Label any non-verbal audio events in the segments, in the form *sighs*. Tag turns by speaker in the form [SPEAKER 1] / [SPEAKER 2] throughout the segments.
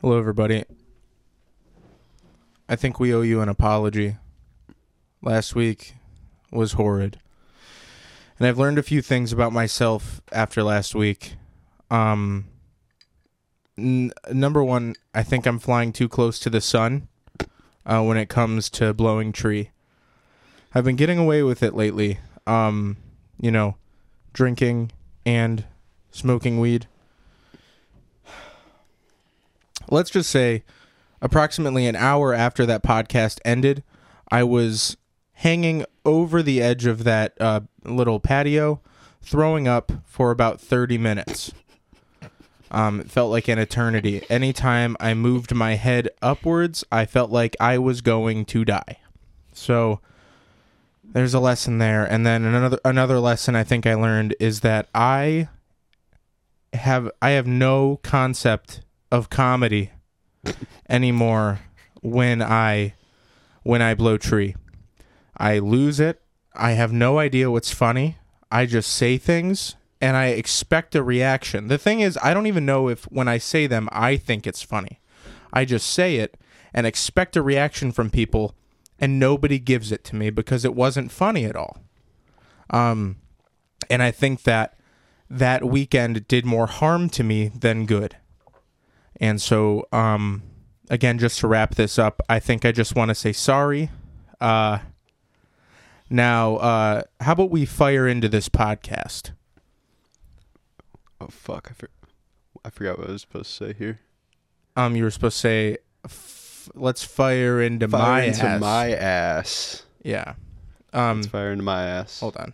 [SPEAKER 1] Hello, everybody. I think we owe you an apology. Last week was horrid. And I've learned a few things about myself after last week. Um, n- number one, I think I'm flying too close to the sun uh, when it comes to blowing tree. I've been getting away with it lately. Um, you know, drinking and smoking weed. let's just say approximately an hour after that podcast ended, I was hanging over the edge of that uh, little patio, throwing up for about 30 minutes. Um, it felt like an eternity. Anytime I moved my head upwards, I felt like I was going to die. So there's a lesson there. And then another another lesson I think I learned is that I have I have no concept of comedy anymore when I when I blow tree. I lose it. I have no idea what's funny. I just say things and I expect a reaction. The thing is, I don't even know if when I say them I think it's funny. I just say it and expect a reaction from people and nobody gives it to me because it wasn't funny at all. Um and I think that that weekend did more harm to me than good. And so, um, again, just to wrap this up, I think I just want to say sorry. Uh, now, uh, how about we fire into this podcast?
[SPEAKER 2] Oh fuck! I, for- I forgot what I was supposed to say here.
[SPEAKER 1] Um, you were supposed to say, f- "Let's fire into
[SPEAKER 2] Fire
[SPEAKER 1] my
[SPEAKER 2] into
[SPEAKER 1] ass."
[SPEAKER 2] my ass.
[SPEAKER 1] yeah. Um,
[SPEAKER 2] Let's fire into my ass.
[SPEAKER 1] hold on.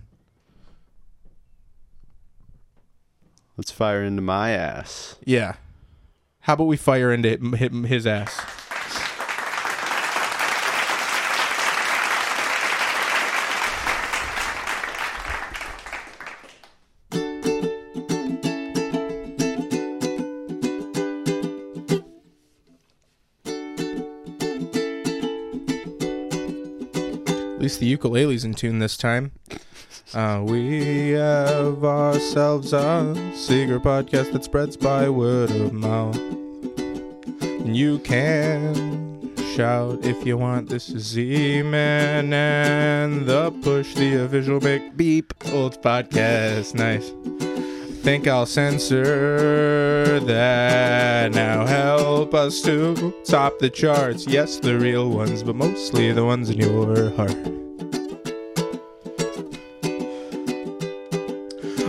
[SPEAKER 2] Let's fire into my ass.
[SPEAKER 1] Yeah. How about we fire into him, him, his ass? At least the ukulele's in tune this time. Uh, we have ourselves a secret podcast that spreads by word of mouth. And you can shout if you want. This is Z-Man and the Push, the official big beep old podcast. Nice. Think I'll censor that now. Help us to top the charts. Yes, the real ones, but mostly the ones in your heart.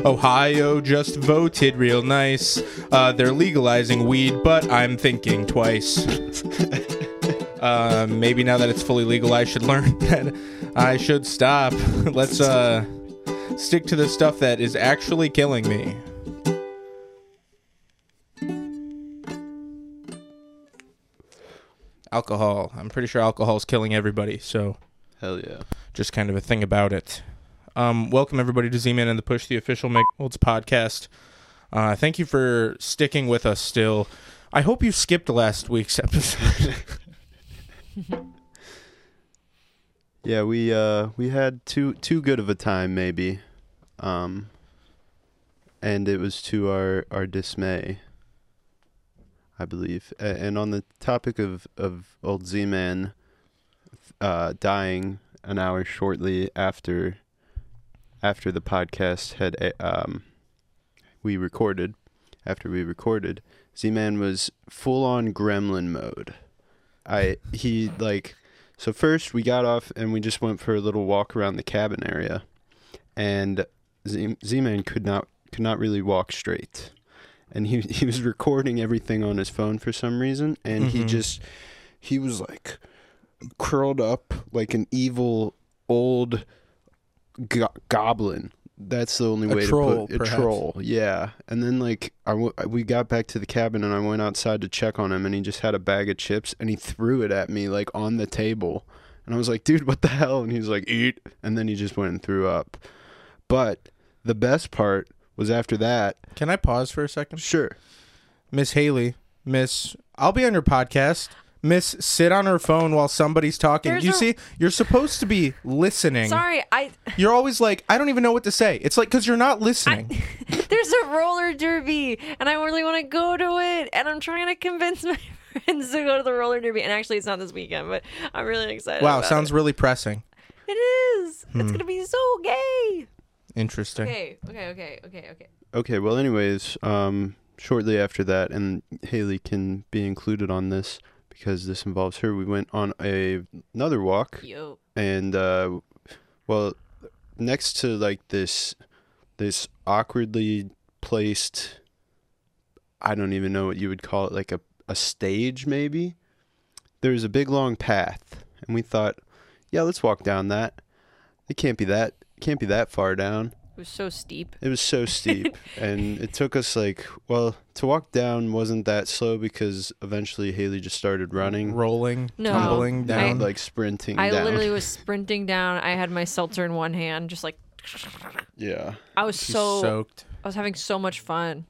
[SPEAKER 1] Ohio just voted real nice. Uh, they're legalizing weed, but I'm thinking twice. *laughs* uh, maybe now that it's fully legal, I should learn *laughs* that I should stop. *laughs* Let's uh, stick to the stuff that is actually killing me. Alcohol. I'm pretty sure alcohol is killing everybody, so
[SPEAKER 2] Hell yeah!
[SPEAKER 1] just kind of a thing about it. Um, welcome everybody to Z-Man and the Push, the official McDonald's podcast. Uh, thank you for sticking with us still. I hope you skipped last week's episode. *laughs*
[SPEAKER 2] Yeah, we uh we had too too good of a time maybe, um. And it was to our our dismay. I believe. A- and on the topic of of old Z Man, uh, dying an hour shortly after after the podcast had a- um we recorded after we recorded Z Man was full on gremlin mode. I he like so first we got off and we just went for a little walk around the cabin area, and Z Man could not could not really walk straight, and he *laughs* he was recording everything on his phone for some reason, and he
[SPEAKER 1] Mhm.
[SPEAKER 2] just he was like curled up like an evil old go- goblin. That's the only
[SPEAKER 1] A
[SPEAKER 2] way
[SPEAKER 1] troll,
[SPEAKER 2] to put a
[SPEAKER 1] perhaps.
[SPEAKER 2] troll. Yeah, and then like I w- we got back to the cabin and I went outside to check on him and he just had a bag of chips and he threw it at me like on the table and I was like, dude, what the hell? And he was like, eat, and then he just went and threw up. But the best part was after that.
[SPEAKER 1] Can I pause for a second?
[SPEAKER 2] Sure.
[SPEAKER 1] Miss Haley, Miss, I'll be on your podcast. Miss, sit on her phone while somebody's talking.
[SPEAKER 3] There's
[SPEAKER 1] you
[SPEAKER 3] a-
[SPEAKER 1] see, you're supposed to be listening.
[SPEAKER 3] Sorry, I *laughs*
[SPEAKER 1] You're always like, I don't even know what to say. It's like because you're not listening.
[SPEAKER 3] there's a roller derby and I really want to go to it and I'm trying to convince *laughs* my friends to go to the roller derby. And actually, it's not this weekend, but I'm really excited.
[SPEAKER 1] Wow,
[SPEAKER 3] about
[SPEAKER 1] sounds really pressing.
[SPEAKER 3] It, it is. It's gonna be so gay.
[SPEAKER 1] Interesting.
[SPEAKER 3] Okay, okay, okay, okay, okay.
[SPEAKER 2] Okay, well, anyways, um, shortly after that, and Haley can be included on this because this involves her, we went on a, another walk,
[SPEAKER 3] Yo.
[SPEAKER 2] and, uh, well, next to like this, this awkwardly placed, I don't even know what you would call it, like a, a stage maybe, there's a big long path, and we thought, yeah, let's walk down that. It can't be that, can't be that far down.
[SPEAKER 3] It was so steep.
[SPEAKER 2] It was so
[SPEAKER 3] *laughs*
[SPEAKER 2] steep, and it took us like well to walk down wasn't that slow because eventually Haley just started running,
[SPEAKER 1] Rolling,
[SPEAKER 3] No.
[SPEAKER 1] tumbling
[SPEAKER 3] Oh, I-
[SPEAKER 1] down.
[SPEAKER 2] like sprinting
[SPEAKER 3] I
[SPEAKER 2] down.
[SPEAKER 3] literally was sprinting down. I had my seltzer in one hand, just like
[SPEAKER 2] yeah,
[SPEAKER 3] I was
[SPEAKER 1] She's
[SPEAKER 3] so
[SPEAKER 1] soaked.
[SPEAKER 3] I was having so much fun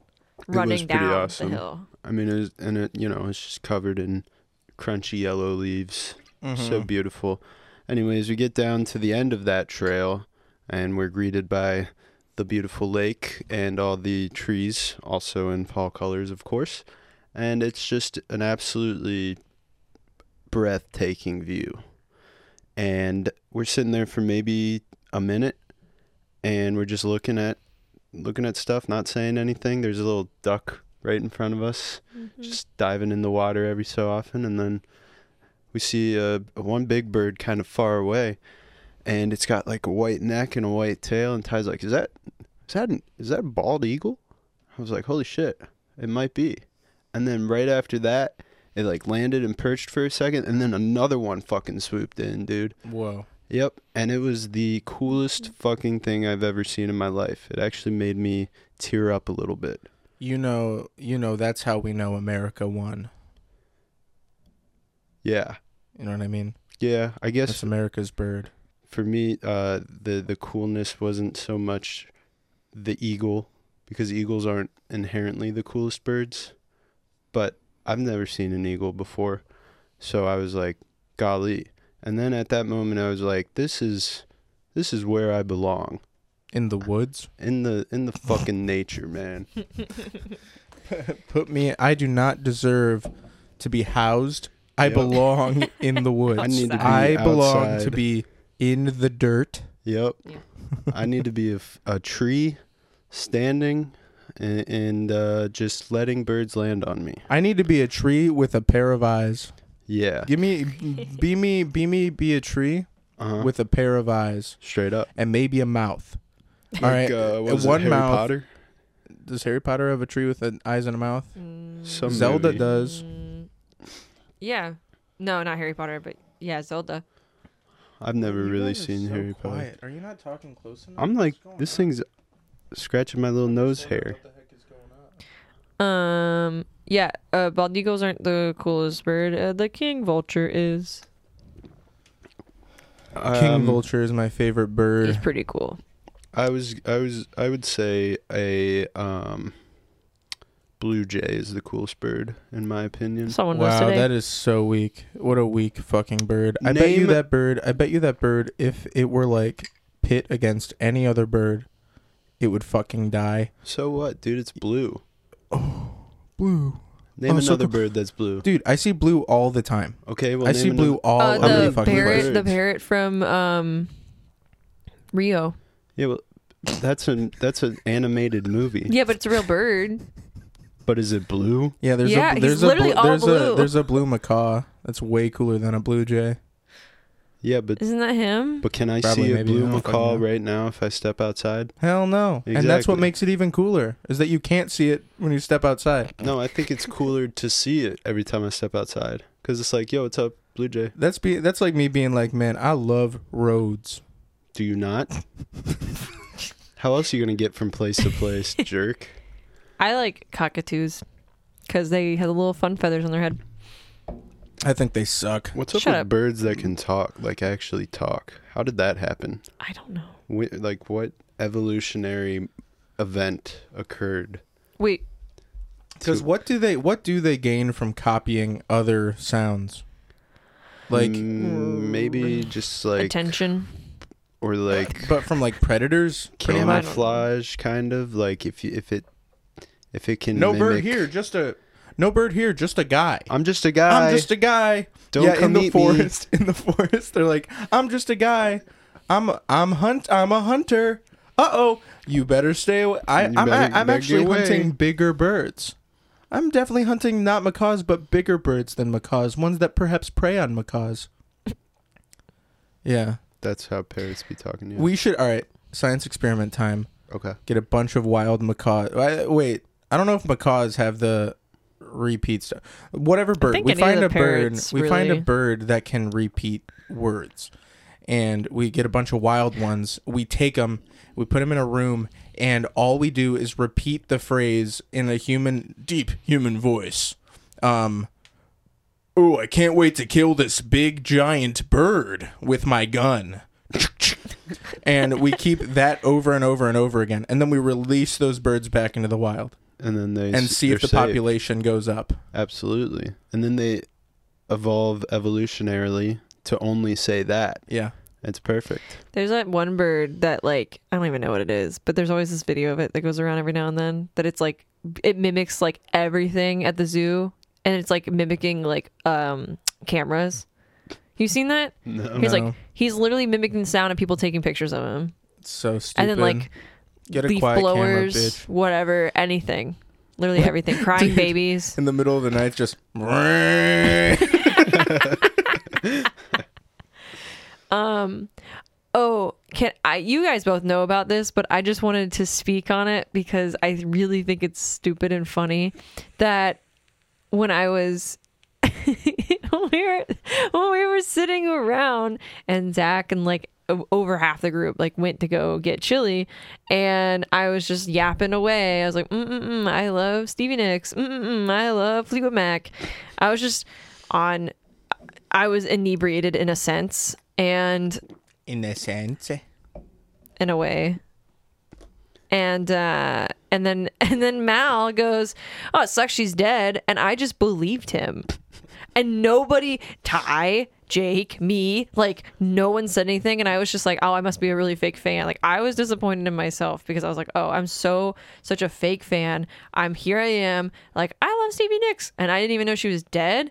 [SPEAKER 2] was
[SPEAKER 3] running
[SPEAKER 2] pretty
[SPEAKER 3] down
[SPEAKER 2] awesome.
[SPEAKER 3] the hill.
[SPEAKER 2] I mean, it was, and it you know it's just covered in crunchy yellow leaves, so beautiful. Anyways, we get down to the end of that trail, and we're greeted by the beautiful lake and all the trees, also in fall colors, of course. And it's just an absolutely breathtaking view. And we're sitting there for maybe a minute, and we're just looking at looking at stuff, not saying anything. There's a little duck right in front of us, just diving in the water every so often, and then we see uh, one big bird kind of far away, and it's got like a white neck and a white tail. And Ty's like, "Is that is that an, is that a bald eagle?" I was like, "Holy shit, it might be." And then right after that, it like landed and perched for a second, and then another one fucking swooped in, dude.
[SPEAKER 1] Whoa.
[SPEAKER 2] Yep, and it was the coolest fucking thing I've ever seen in my life. It actually made me tear up a little bit.
[SPEAKER 1] You know, you know that's how we know America won.
[SPEAKER 2] Yeah.
[SPEAKER 1] You know what I mean?
[SPEAKER 2] Yeah, I guess
[SPEAKER 1] That's America's bird.
[SPEAKER 2] for me uh the the coolness wasn't so much the eagle because eagles aren't inherently the coolest birds, but I've never seen an eagle before. So I was like, golly. And then at that moment I was like, this is this is where I belong.
[SPEAKER 1] In the woods.
[SPEAKER 2] In the in the fucking nature, man.
[SPEAKER 1] Put me I do not deserve to be housed. I
[SPEAKER 2] Yep.
[SPEAKER 1] belong in *laughs* the woods.
[SPEAKER 2] I need to be
[SPEAKER 1] I belong to
[SPEAKER 2] outside.
[SPEAKER 1] be in the dirt.
[SPEAKER 2] Yep.
[SPEAKER 3] Yeah.
[SPEAKER 2] I need to be a, f- a tree standing and, and uh, just letting birds land on me.
[SPEAKER 1] I need to be a tree with a pair of eyes.
[SPEAKER 2] Yeah.
[SPEAKER 1] Give *laughs* me be me be me be a tree
[SPEAKER 2] Uh-huh.
[SPEAKER 1] with a pair of eyes
[SPEAKER 2] Straight up.
[SPEAKER 1] and maybe a mouth. All right.
[SPEAKER 2] Like, uh, what
[SPEAKER 1] uh,
[SPEAKER 2] was it,
[SPEAKER 1] one
[SPEAKER 2] Harry
[SPEAKER 1] mouth.
[SPEAKER 2] Potter?
[SPEAKER 1] Does Harry Potter have a tree with an eyes and a mouth?
[SPEAKER 2] Some
[SPEAKER 1] Zelda
[SPEAKER 2] movie.
[SPEAKER 1] does.
[SPEAKER 3] Mm, yeah. No, not Harry Potter, but yeah, Zelda.
[SPEAKER 2] I've never really seen Harry Potter.
[SPEAKER 1] Are you not talking close enough?
[SPEAKER 2] I'm like, this thing's scratching my little nose hair.
[SPEAKER 3] Um. Yeah. Uh. Bald eagles aren't the coolest bird. Uh, the king vulture is.
[SPEAKER 1] Uh, King
[SPEAKER 2] Um,
[SPEAKER 1] vulture is my favorite
[SPEAKER 3] He's
[SPEAKER 1] bird.
[SPEAKER 3] pretty cool.
[SPEAKER 2] I was, I was, I would say a um, blue jay is the coolest bird in my opinion.
[SPEAKER 3] Someone knows
[SPEAKER 1] Wow,
[SPEAKER 3] today.
[SPEAKER 1] that is so weak. What a weak fucking bird. I bet you
[SPEAKER 2] Name-
[SPEAKER 1] that bird. I bet you that bird. If it were like pit against any other bird, it would fucking die.
[SPEAKER 2] So what, dude? It's blue.
[SPEAKER 1] Blue,
[SPEAKER 2] Name
[SPEAKER 1] Oh,
[SPEAKER 2] another
[SPEAKER 1] so cool.
[SPEAKER 2] bird that's blue.
[SPEAKER 1] dude. I see blue all the time.
[SPEAKER 2] Okay, well
[SPEAKER 1] I
[SPEAKER 2] name
[SPEAKER 1] see
[SPEAKER 2] another-
[SPEAKER 1] blue all
[SPEAKER 3] uh,
[SPEAKER 1] over the
[SPEAKER 3] the
[SPEAKER 1] fucking
[SPEAKER 3] parrot.
[SPEAKER 1] place.
[SPEAKER 3] The
[SPEAKER 2] birds.
[SPEAKER 3] parrot from um. Rio.
[SPEAKER 2] Yeah, well, that's an that's an animated movie.
[SPEAKER 3] Yeah, but it's a real bird.
[SPEAKER 2] But is it blue?
[SPEAKER 1] Yeah, there's
[SPEAKER 3] Yeah,
[SPEAKER 1] a
[SPEAKER 3] he's
[SPEAKER 1] there's a
[SPEAKER 3] literally
[SPEAKER 1] blu-
[SPEAKER 3] all
[SPEAKER 1] there's a
[SPEAKER 3] blue.
[SPEAKER 1] there's a blue macaw. That's way cooler than a blue jay.
[SPEAKER 2] Yeah, but
[SPEAKER 3] Isn't that him?
[SPEAKER 2] but can I
[SPEAKER 1] Probably,
[SPEAKER 2] see a
[SPEAKER 1] maybe,
[SPEAKER 2] blue
[SPEAKER 1] I don't fucking
[SPEAKER 2] macaw
[SPEAKER 1] know.
[SPEAKER 2] right now if I step outside?
[SPEAKER 1] Hell no. And that's what
[SPEAKER 2] Exactly.
[SPEAKER 1] makes it even cooler is that you can't see it when you step outside.
[SPEAKER 2] No, I think it's cooler to see it every time I step outside because it's like, yo, what's up, blue jay?
[SPEAKER 1] That's be that's like me being like, man, I love roads.
[SPEAKER 2] Do you not? How else are you gonna get from place to
[SPEAKER 3] *laughs*
[SPEAKER 2] place, jerk?
[SPEAKER 3] I like cockatoos because they have the little fun feathers on their head.
[SPEAKER 1] I think they suck.
[SPEAKER 2] What's up
[SPEAKER 3] Shut
[SPEAKER 2] with
[SPEAKER 3] up.
[SPEAKER 2] birds that can talk, like actually talk? How did that happen?
[SPEAKER 3] I don't know.
[SPEAKER 2] Wh- like, what evolutionary event occurred?
[SPEAKER 3] Wait,
[SPEAKER 1] Because what do they what do they gain from copying other sounds? Like,
[SPEAKER 2] Mm, maybe just like
[SPEAKER 3] attention.
[SPEAKER 2] or like
[SPEAKER 1] but from like predators, pretty much.
[SPEAKER 2] camouflage kind of like if you, if it if it can
[SPEAKER 1] No bird
[SPEAKER 2] mimic-
[SPEAKER 1] here, just a No bird here, just a guy.
[SPEAKER 2] I'm just a guy.
[SPEAKER 1] I'm just a guy.
[SPEAKER 2] Don't
[SPEAKER 1] yeah, in
[SPEAKER 2] come
[SPEAKER 1] the
[SPEAKER 2] eat me.
[SPEAKER 1] forest. *laughs* In the forest, they're like, I'm just a guy. I'm I'm hunt. I'm a hunter. Uh oh, you better stay away. I,
[SPEAKER 2] You
[SPEAKER 1] I'm
[SPEAKER 2] better-
[SPEAKER 1] I'm
[SPEAKER 2] better
[SPEAKER 1] actually
[SPEAKER 2] get away.
[SPEAKER 1] hunting bigger birds. I'm definitely hunting not macaws, but bigger birds than macaws, ones that perhaps prey on macaws. *laughs* Yeah,
[SPEAKER 2] That's how parrots be talking to you.
[SPEAKER 1] we should. All right, science experiment time.
[SPEAKER 2] okay.
[SPEAKER 1] Get a bunch of wild macaws. I- Wait, I don't know if macaws have the repeat stuff. Whatever bird,
[SPEAKER 3] think
[SPEAKER 1] we
[SPEAKER 3] any of
[SPEAKER 1] find
[SPEAKER 3] the
[SPEAKER 1] a bird.
[SPEAKER 3] parrots,
[SPEAKER 1] We find a
[SPEAKER 3] really.
[SPEAKER 1] bird that can repeat words, and we get a bunch of wild ones. We take them, we put them in a room, and all we do is repeat the phrase in a human, deep human voice. Um. Oh, I can't wait to kill this big giant bird with my gun and we keep that over and over and over again and then we release those birds back into the wild
[SPEAKER 2] And then they
[SPEAKER 1] and
[SPEAKER 2] s-
[SPEAKER 1] see if the
[SPEAKER 2] they're safe.
[SPEAKER 1] population goes up
[SPEAKER 2] Absolutely. And then they evolve evolutionarily to only say that.
[SPEAKER 1] yeah
[SPEAKER 2] It's perfect.
[SPEAKER 3] There's that one bird that like I don't even know what it is, but there's always this video of it that goes around every now and then that it's like it mimics like everything at the zoo and it's like mimicking like um cameras. You seen that?
[SPEAKER 2] *laughs* No.
[SPEAKER 3] He's
[SPEAKER 1] Oh, No.
[SPEAKER 3] like he's literally mimicking the sound of people taking pictures of him.
[SPEAKER 1] it's so stupid
[SPEAKER 3] And then like
[SPEAKER 1] get a
[SPEAKER 3] leaf
[SPEAKER 1] quiet
[SPEAKER 3] blowers,
[SPEAKER 1] camera bitch
[SPEAKER 3] whatever, anything. Literally everything.
[SPEAKER 1] *laughs*
[SPEAKER 3] Crying
[SPEAKER 1] Dude.
[SPEAKER 3] babies.
[SPEAKER 1] in the middle of the night *laughs* just yeah
[SPEAKER 3] Um oh, can I you guys both know about this, but I just wanted to speak on it because I really think it's stupid and funny that when I was *laughs* when we were when we were sitting around and Zach and like o- over half the group like went to go get chili and I was just yapping away. I was like, mm-mm-mm, I love Stevie Nicks. Mm-mm-mm, I love Fleetwood Mac. I was just on I was inebriated in a sense and
[SPEAKER 1] in a sense
[SPEAKER 3] in a way. And uh and then *laughs* and then Mal goes, "Oh, it sucks she's dead." And I just believed him. And nobody Ty, Jake, me, like no one said anything and I was just like, "Oh, I must be a really fake fan." Like I was disappointed in myself because I was like, "Oh, I'm so such a fake fan. I'm here I am. Like I love Stevie Nicks." And I didn't even know she was dead.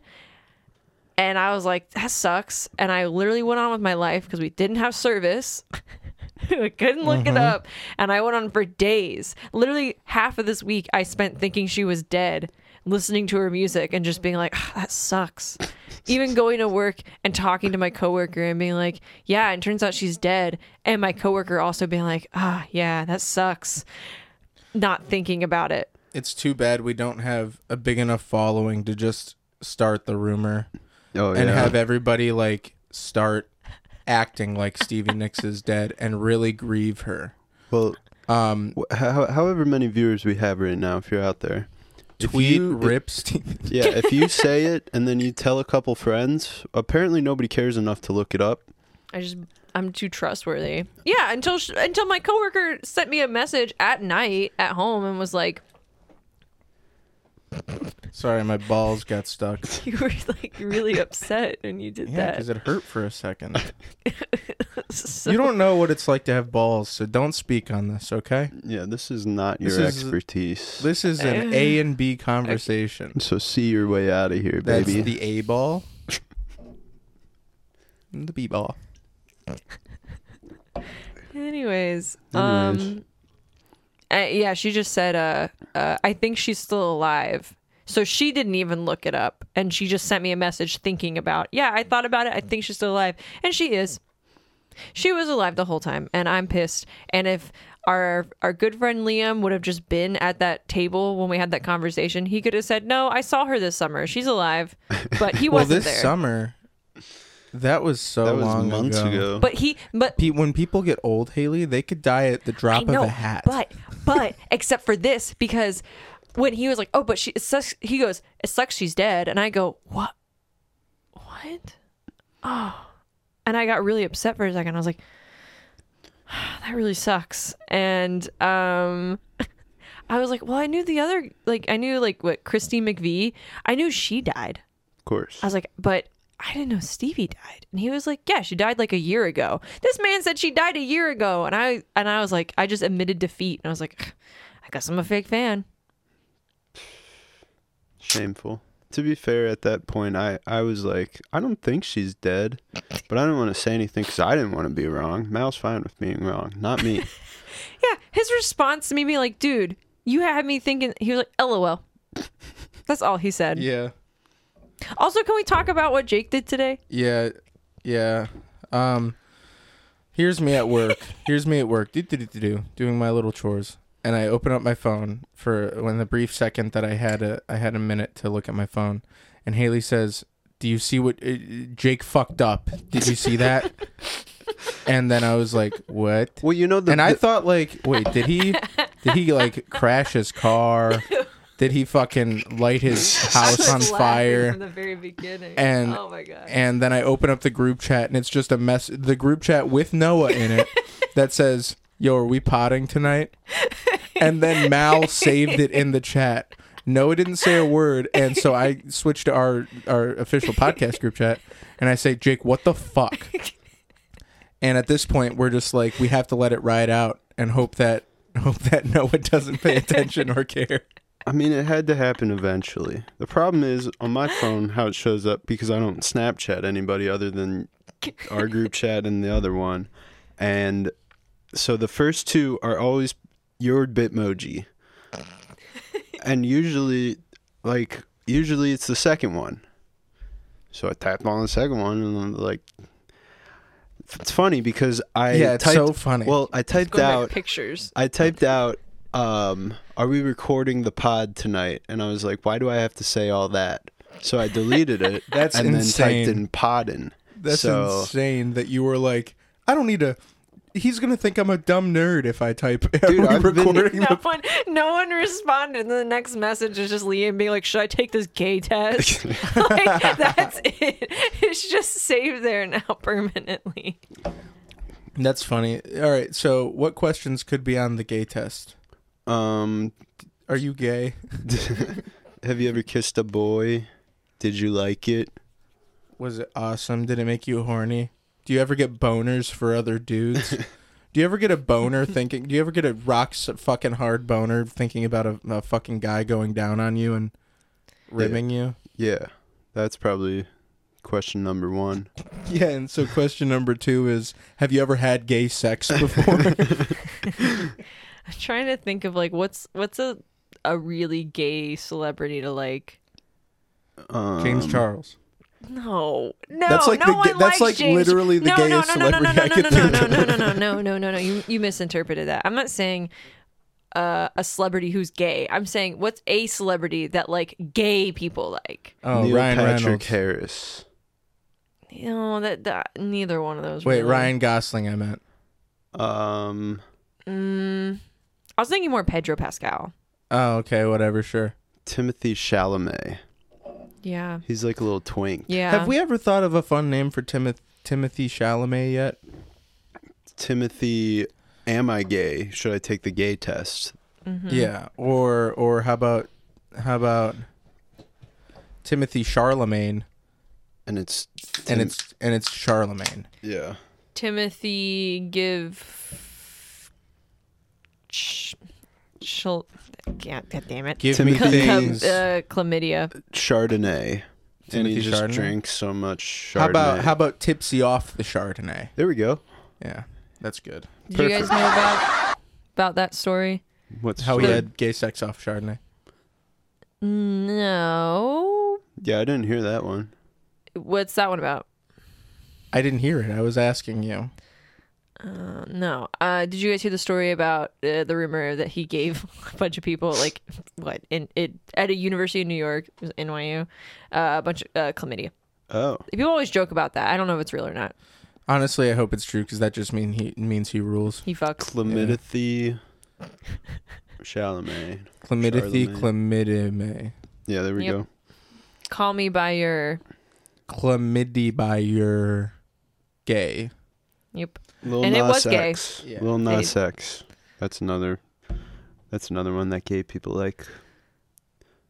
[SPEAKER 3] And I was like, that sucks. And I literally went on with my life because we didn't have service. I *laughs* couldn't look it up. And I went on for days. Literally half of this week, I spent thinking she was dead, listening to her music and just being like, "Ah, that sucks. Even going to work and talking to my coworker and being like, yeah, and turns out she's dead. And my coworker also being like, ah, yeah, that sucks. Not thinking about it.
[SPEAKER 1] it's too bad we don't have a big enough following to just start the rumor
[SPEAKER 2] Oh yeah.
[SPEAKER 1] and have everybody like start acting like stevie nicks is dead and really grieve her
[SPEAKER 2] well,
[SPEAKER 1] um
[SPEAKER 2] wh- how, however many viewers we have right now, if you're out there, if
[SPEAKER 1] tweet
[SPEAKER 2] you-
[SPEAKER 1] rip stevie
[SPEAKER 2] Yeah, if you say it and then you tell a couple friends, apparently nobody cares enough to look it up.
[SPEAKER 3] I just I'm too trustworthy. Yeah, until sh- until my coworker sent me a message at night at home and was like,
[SPEAKER 1] *laughs*
[SPEAKER 3] *laughs*
[SPEAKER 1] sorry my balls got stuck
[SPEAKER 3] "You were like really upset when you did
[SPEAKER 1] Yeah,
[SPEAKER 3] that."
[SPEAKER 1] because it hurt for a second.
[SPEAKER 3] *laughs* So-
[SPEAKER 1] you don't know what it's like to have balls, so don't speak on this, okay?
[SPEAKER 2] Yeah, this is not your
[SPEAKER 1] This is-
[SPEAKER 2] expertise.
[SPEAKER 1] This is an
[SPEAKER 3] *laughs*
[SPEAKER 1] A and B
[SPEAKER 2] *laughs*
[SPEAKER 1] conversation.
[SPEAKER 2] so see your way out of here,
[SPEAKER 1] That's
[SPEAKER 2] baby.
[SPEAKER 1] the A ball, and the B ball.
[SPEAKER 3] Anyways,
[SPEAKER 2] Anyways.
[SPEAKER 3] um, uh, yeah, she just said, uh, uh, "I think she's still alive." So she didn't even look it up, and she just sent me a message thinking about, "Yeah, I thought about it. I think she's still alive," and she is. She was alive the whole time, and I'm pissed. And if our our good friend Liam would have just been at that table when we had that conversation, he could have said, "No, I saw her this summer. She's alive," but
[SPEAKER 1] *laughs*
[SPEAKER 3] he
[SPEAKER 1] Well,
[SPEAKER 3] wasn't
[SPEAKER 1] this
[SPEAKER 3] there.
[SPEAKER 1] summer, that was so
[SPEAKER 2] that was
[SPEAKER 1] long
[SPEAKER 2] months ago.
[SPEAKER 3] but he, but
[SPEAKER 1] Pe- when people get old, Haley, they could die at the drop
[SPEAKER 3] I know,
[SPEAKER 1] of a hat.
[SPEAKER 3] But
[SPEAKER 1] *laughs*
[SPEAKER 3] but except for this, because when he was like, "Oh, but she it sucks," he goes, "It sucks, she's dead," and I go, "What? What? Oh!" And I got really upset for a second. I was like, *sighs* "That really sucks," and um. *laughs* I was like, well, I knew the other, like, I knew, like, what, Christy McVie, I knew she died.
[SPEAKER 2] of course.
[SPEAKER 3] I was like, but I didn't know Stevie died. And he was like, yeah, she died like a year ago. This man said she died a year ago. And I and I was like, I just admitted defeat. And I was like, I guess I'm a fake fan.
[SPEAKER 2] Shameful. To be fair, at that point, I, I was like, I don't think she's dead, but I don't want to say anything because I didn't want to be wrong. Mal's fine with being wrong, not me.
[SPEAKER 1] *laughs*
[SPEAKER 3] Yeah, his response to me being like, dude, you had me thinking. He was like, LOL. That's all he said.
[SPEAKER 1] Yeah.
[SPEAKER 3] Also, can we talk about what Jake did today?
[SPEAKER 1] Yeah, yeah. Um, here's me at work. here's me at work. Do, do, do, do, do, doing my little chores, and I open up my phone for when the brief second that I had a I had a minute to look at my phone, and Haley says, "Do you see what uh, Jake fucked up? Did you see that?" and then I was like, "What?"
[SPEAKER 2] Well, you know the
[SPEAKER 1] And I
[SPEAKER 2] the-
[SPEAKER 1] thought, like, wait, did he did he like crash his car? Did he fucking light his house on fire?
[SPEAKER 3] the very beginning.
[SPEAKER 1] And-
[SPEAKER 3] oh my god.
[SPEAKER 1] and then I open up the group chat and it's just a mess the group chat with Noah in it that says, "Yo, are we potting tonight?" And then Mal saved it in the chat. Noah didn't say a word, and so I switched to our our official podcast group chat and I say, "Jake, what the fuck?" And at this point, we're just like we have to let it ride out and hope that hope that Noah doesn't pay attention or care.
[SPEAKER 2] I mean, it had to happen eventually. The problem is on my phone how it shows up because I don't Snapchat anybody other than our group chat and the other one. And so the first two are always your Bitmoji. And usually, like, usually it's the second one. So I tapped on the second one and I'm like, it's funny because I
[SPEAKER 1] Yeah, it's
[SPEAKER 2] typed,
[SPEAKER 1] so funny.
[SPEAKER 2] Well, I typed
[SPEAKER 3] Go back
[SPEAKER 2] out
[SPEAKER 3] pictures.
[SPEAKER 2] I typed out, um, "Are we recording the pod tonight?" And I was like, "Why do I have to say all that?" So I deleted it.
[SPEAKER 1] *laughs* That's
[SPEAKER 2] and
[SPEAKER 1] insane.
[SPEAKER 2] then typed in "pod" in.
[SPEAKER 1] That's
[SPEAKER 2] so
[SPEAKER 1] insane that you were like, I don't need to. He's gonna think I'm a dumb nerd if I type. *laughs* Dude,
[SPEAKER 2] I've been- *laughs*
[SPEAKER 1] recording
[SPEAKER 3] *laughs* No
[SPEAKER 1] the-
[SPEAKER 3] one, no one responded. And the next message is just Liam being like, "Should I take this
[SPEAKER 1] *laughs*
[SPEAKER 3] gay test?" like that's it. It's just saved there now *laughs* permanently.
[SPEAKER 1] That's funny. All right, so what questions could be on the gay test?
[SPEAKER 2] um,
[SPEAKER 1] Are you gay?
[SPEAKER 2] *laughs* have you ever kissed a boy? Did you like it?
[SPEAKER 1] Was it awesome? Did it make you horny? Do you ever get boners for other
[SPEAKER 2] *laughs*
[SPEAKER 1] dudes? do you ever get a boner thinking? Do you ever get a rock s- fucking hard boner thinking about a, a fucking guy going down on you and rimming you?
[SPEAKER 2] Yeah, that's probably question number one.
[SPEAKER 1] Yeah, and so question number two is: Have you ever had gay sex before?
[SPEAKER 3] I'm trying to think of like what's what's a a really gay celebrity to like.
[SPEAKER 1] *laughs*
[SPEAKER 2] Um,
[SPEAKER 1] James Charles.
[SPEAKER 3] No, no,
[SPEAKER 1] That's like
[SPEAKER 3] no
[SPEAKER 1] the
[SPEAKER 3] one
[SPEAKER 1] ga- that's
[SPEAKER 3] likes
[SPEAKER 1] like
[SPEAKER 3] James.
[SPEAKER 1] literally the
[SPEAKER 3] no,
[SPEAKER 1] gayest
[SPEAKER 3] no, no, no,
[SPEAKER 1] celebrity I could
[SPEAKER 3] no, no,
[SPEAKER 1] think
[SPEAKER 3] no, no, no, no, no, no, no, no, no. You you misinterpreted that. I'm not saying uh, a celebrity who's gay. I'm saying what's a celebrity that like gay people like.
[SPEAKER 1] Oh,
[SPEAKER 2] Neil
[SPEAKER 1] Ryan
[SPEAKER 2] Patrick
[SPEAKER 1] Reynolds.
[SPEAKER 2] Harris.
[SPEAKER 3] You know that, that neither one of those.
[SPEAKER 1] Wait,
[SPEAKER 3] really.
[SPEAKER 1] Ryan Gosling. I meant.
[SPEAKER 2] Um,
[SPEAKER 3] Mm, I was thinking more Pedro Pascal.
[SPEAKER 1] Oh, okay, whatever. Sure.
[SPEAKER 2] Timothy Chalamet.
[SPEAKER 3] Yeah,
[SPEAKER 2] He's like a little twink.
[SPEAKER 3] yeah.
[SPEAKER 1] Have we ever thought of a fun name for Timoth- Timothy Chalamet yet?
[SPEAKER 2] Timothy, am I gay? Should I take the gay test?
[SPEAKER 3] Mm-hmm.
[SPEAKER 1] Yeah. Or or how about how about Timothy Charlemagne
[SPEAKER 2] And it's
[SPEAKER 1] and it's and it's Charlemagne.
[SPEAKER 2] yeah.
[SPEAKER 3] Timothy give. Ch- Chil- God, God damn it.
[SPEAKER 1] Give
[SPEAKER 2] Timothy-
[SPEAKER 1] me
[SPEAKER 3] Cl- cl-
[SPEAKER 1] things.
[SPEAKER 3] uh, chlamydia.
[SPEAKER 2] Chardonnay. and
[SPEAKER 1] Timothy
[SPEAKER 2] he just
[SPEAKER 1] Chardonnay?
[SPEAKER 2] drinks so much Chardonnay.
[SPEAKER 1] how about how about tipsy off the Chardonnay?
[SPEAKER 2] There we go.
[SPEAKER 1] Yeah, that's good.
[SPEAKER 3] Did you guys
[SPEAKER 2] Perfect.
[SPEAKER 3] know about about that story?
[SPEAKER 2] What's
[SPEAKER 1] How he
[SPEAKER 2] the-
[SPEAKER 1] had gay sex off Chardonnay.
[SPEAKER 3] No.
[SPEAKER 2] Yeah, I didn't hear that one.
[SPEAKER 3] What's that one about?
[SPEAKER 1] I didn't hear it. I was asking you.
[SPEAKER 3] Uh, no. Uh, did you guys hear the story about uh, the rumor that he gave *laughs* a bunch of people like what in it at a university in New York, it was NYU, uh, a bunch of uh, chlamydia.
[SPEAKER 2] Oh,
[SPEAKER 3] People always joke about that. I don't know if it's real or not.
[SPEAKER 1] Honestly, I hope it's true because that just mean he means he rules.
[SPEAKER 3] He fucks.
[SPEAKER 2] Clamidity Chalamet.
[SPEAKER 1] Chlamydia,
[SPEAKER 2] Charlemagne.
[SPEAKER 1] chlamydia.
[SPEAKER 2] Yeah, there we
[SPEAKER 3] Yep.
[SPEAKER 2] go.
[SPEAKER 3] Call me by your.
[SPEAKER 1] chlamydia by your gay.
[SPEAKER 3] Yep.
[SPEAKER 2] Lil
[SPEAKER 3] And it
[SPEAKER 2] Nas
[SPEAKER 3] was gay.
[SPEAKER 2] X.
[SPEAKER 1] Yeah.
[SPEAKER 2] Lil
[SPEAKER 3] It-
[SPEAKER 2] Nas X. That's another. That's another one that gay people like.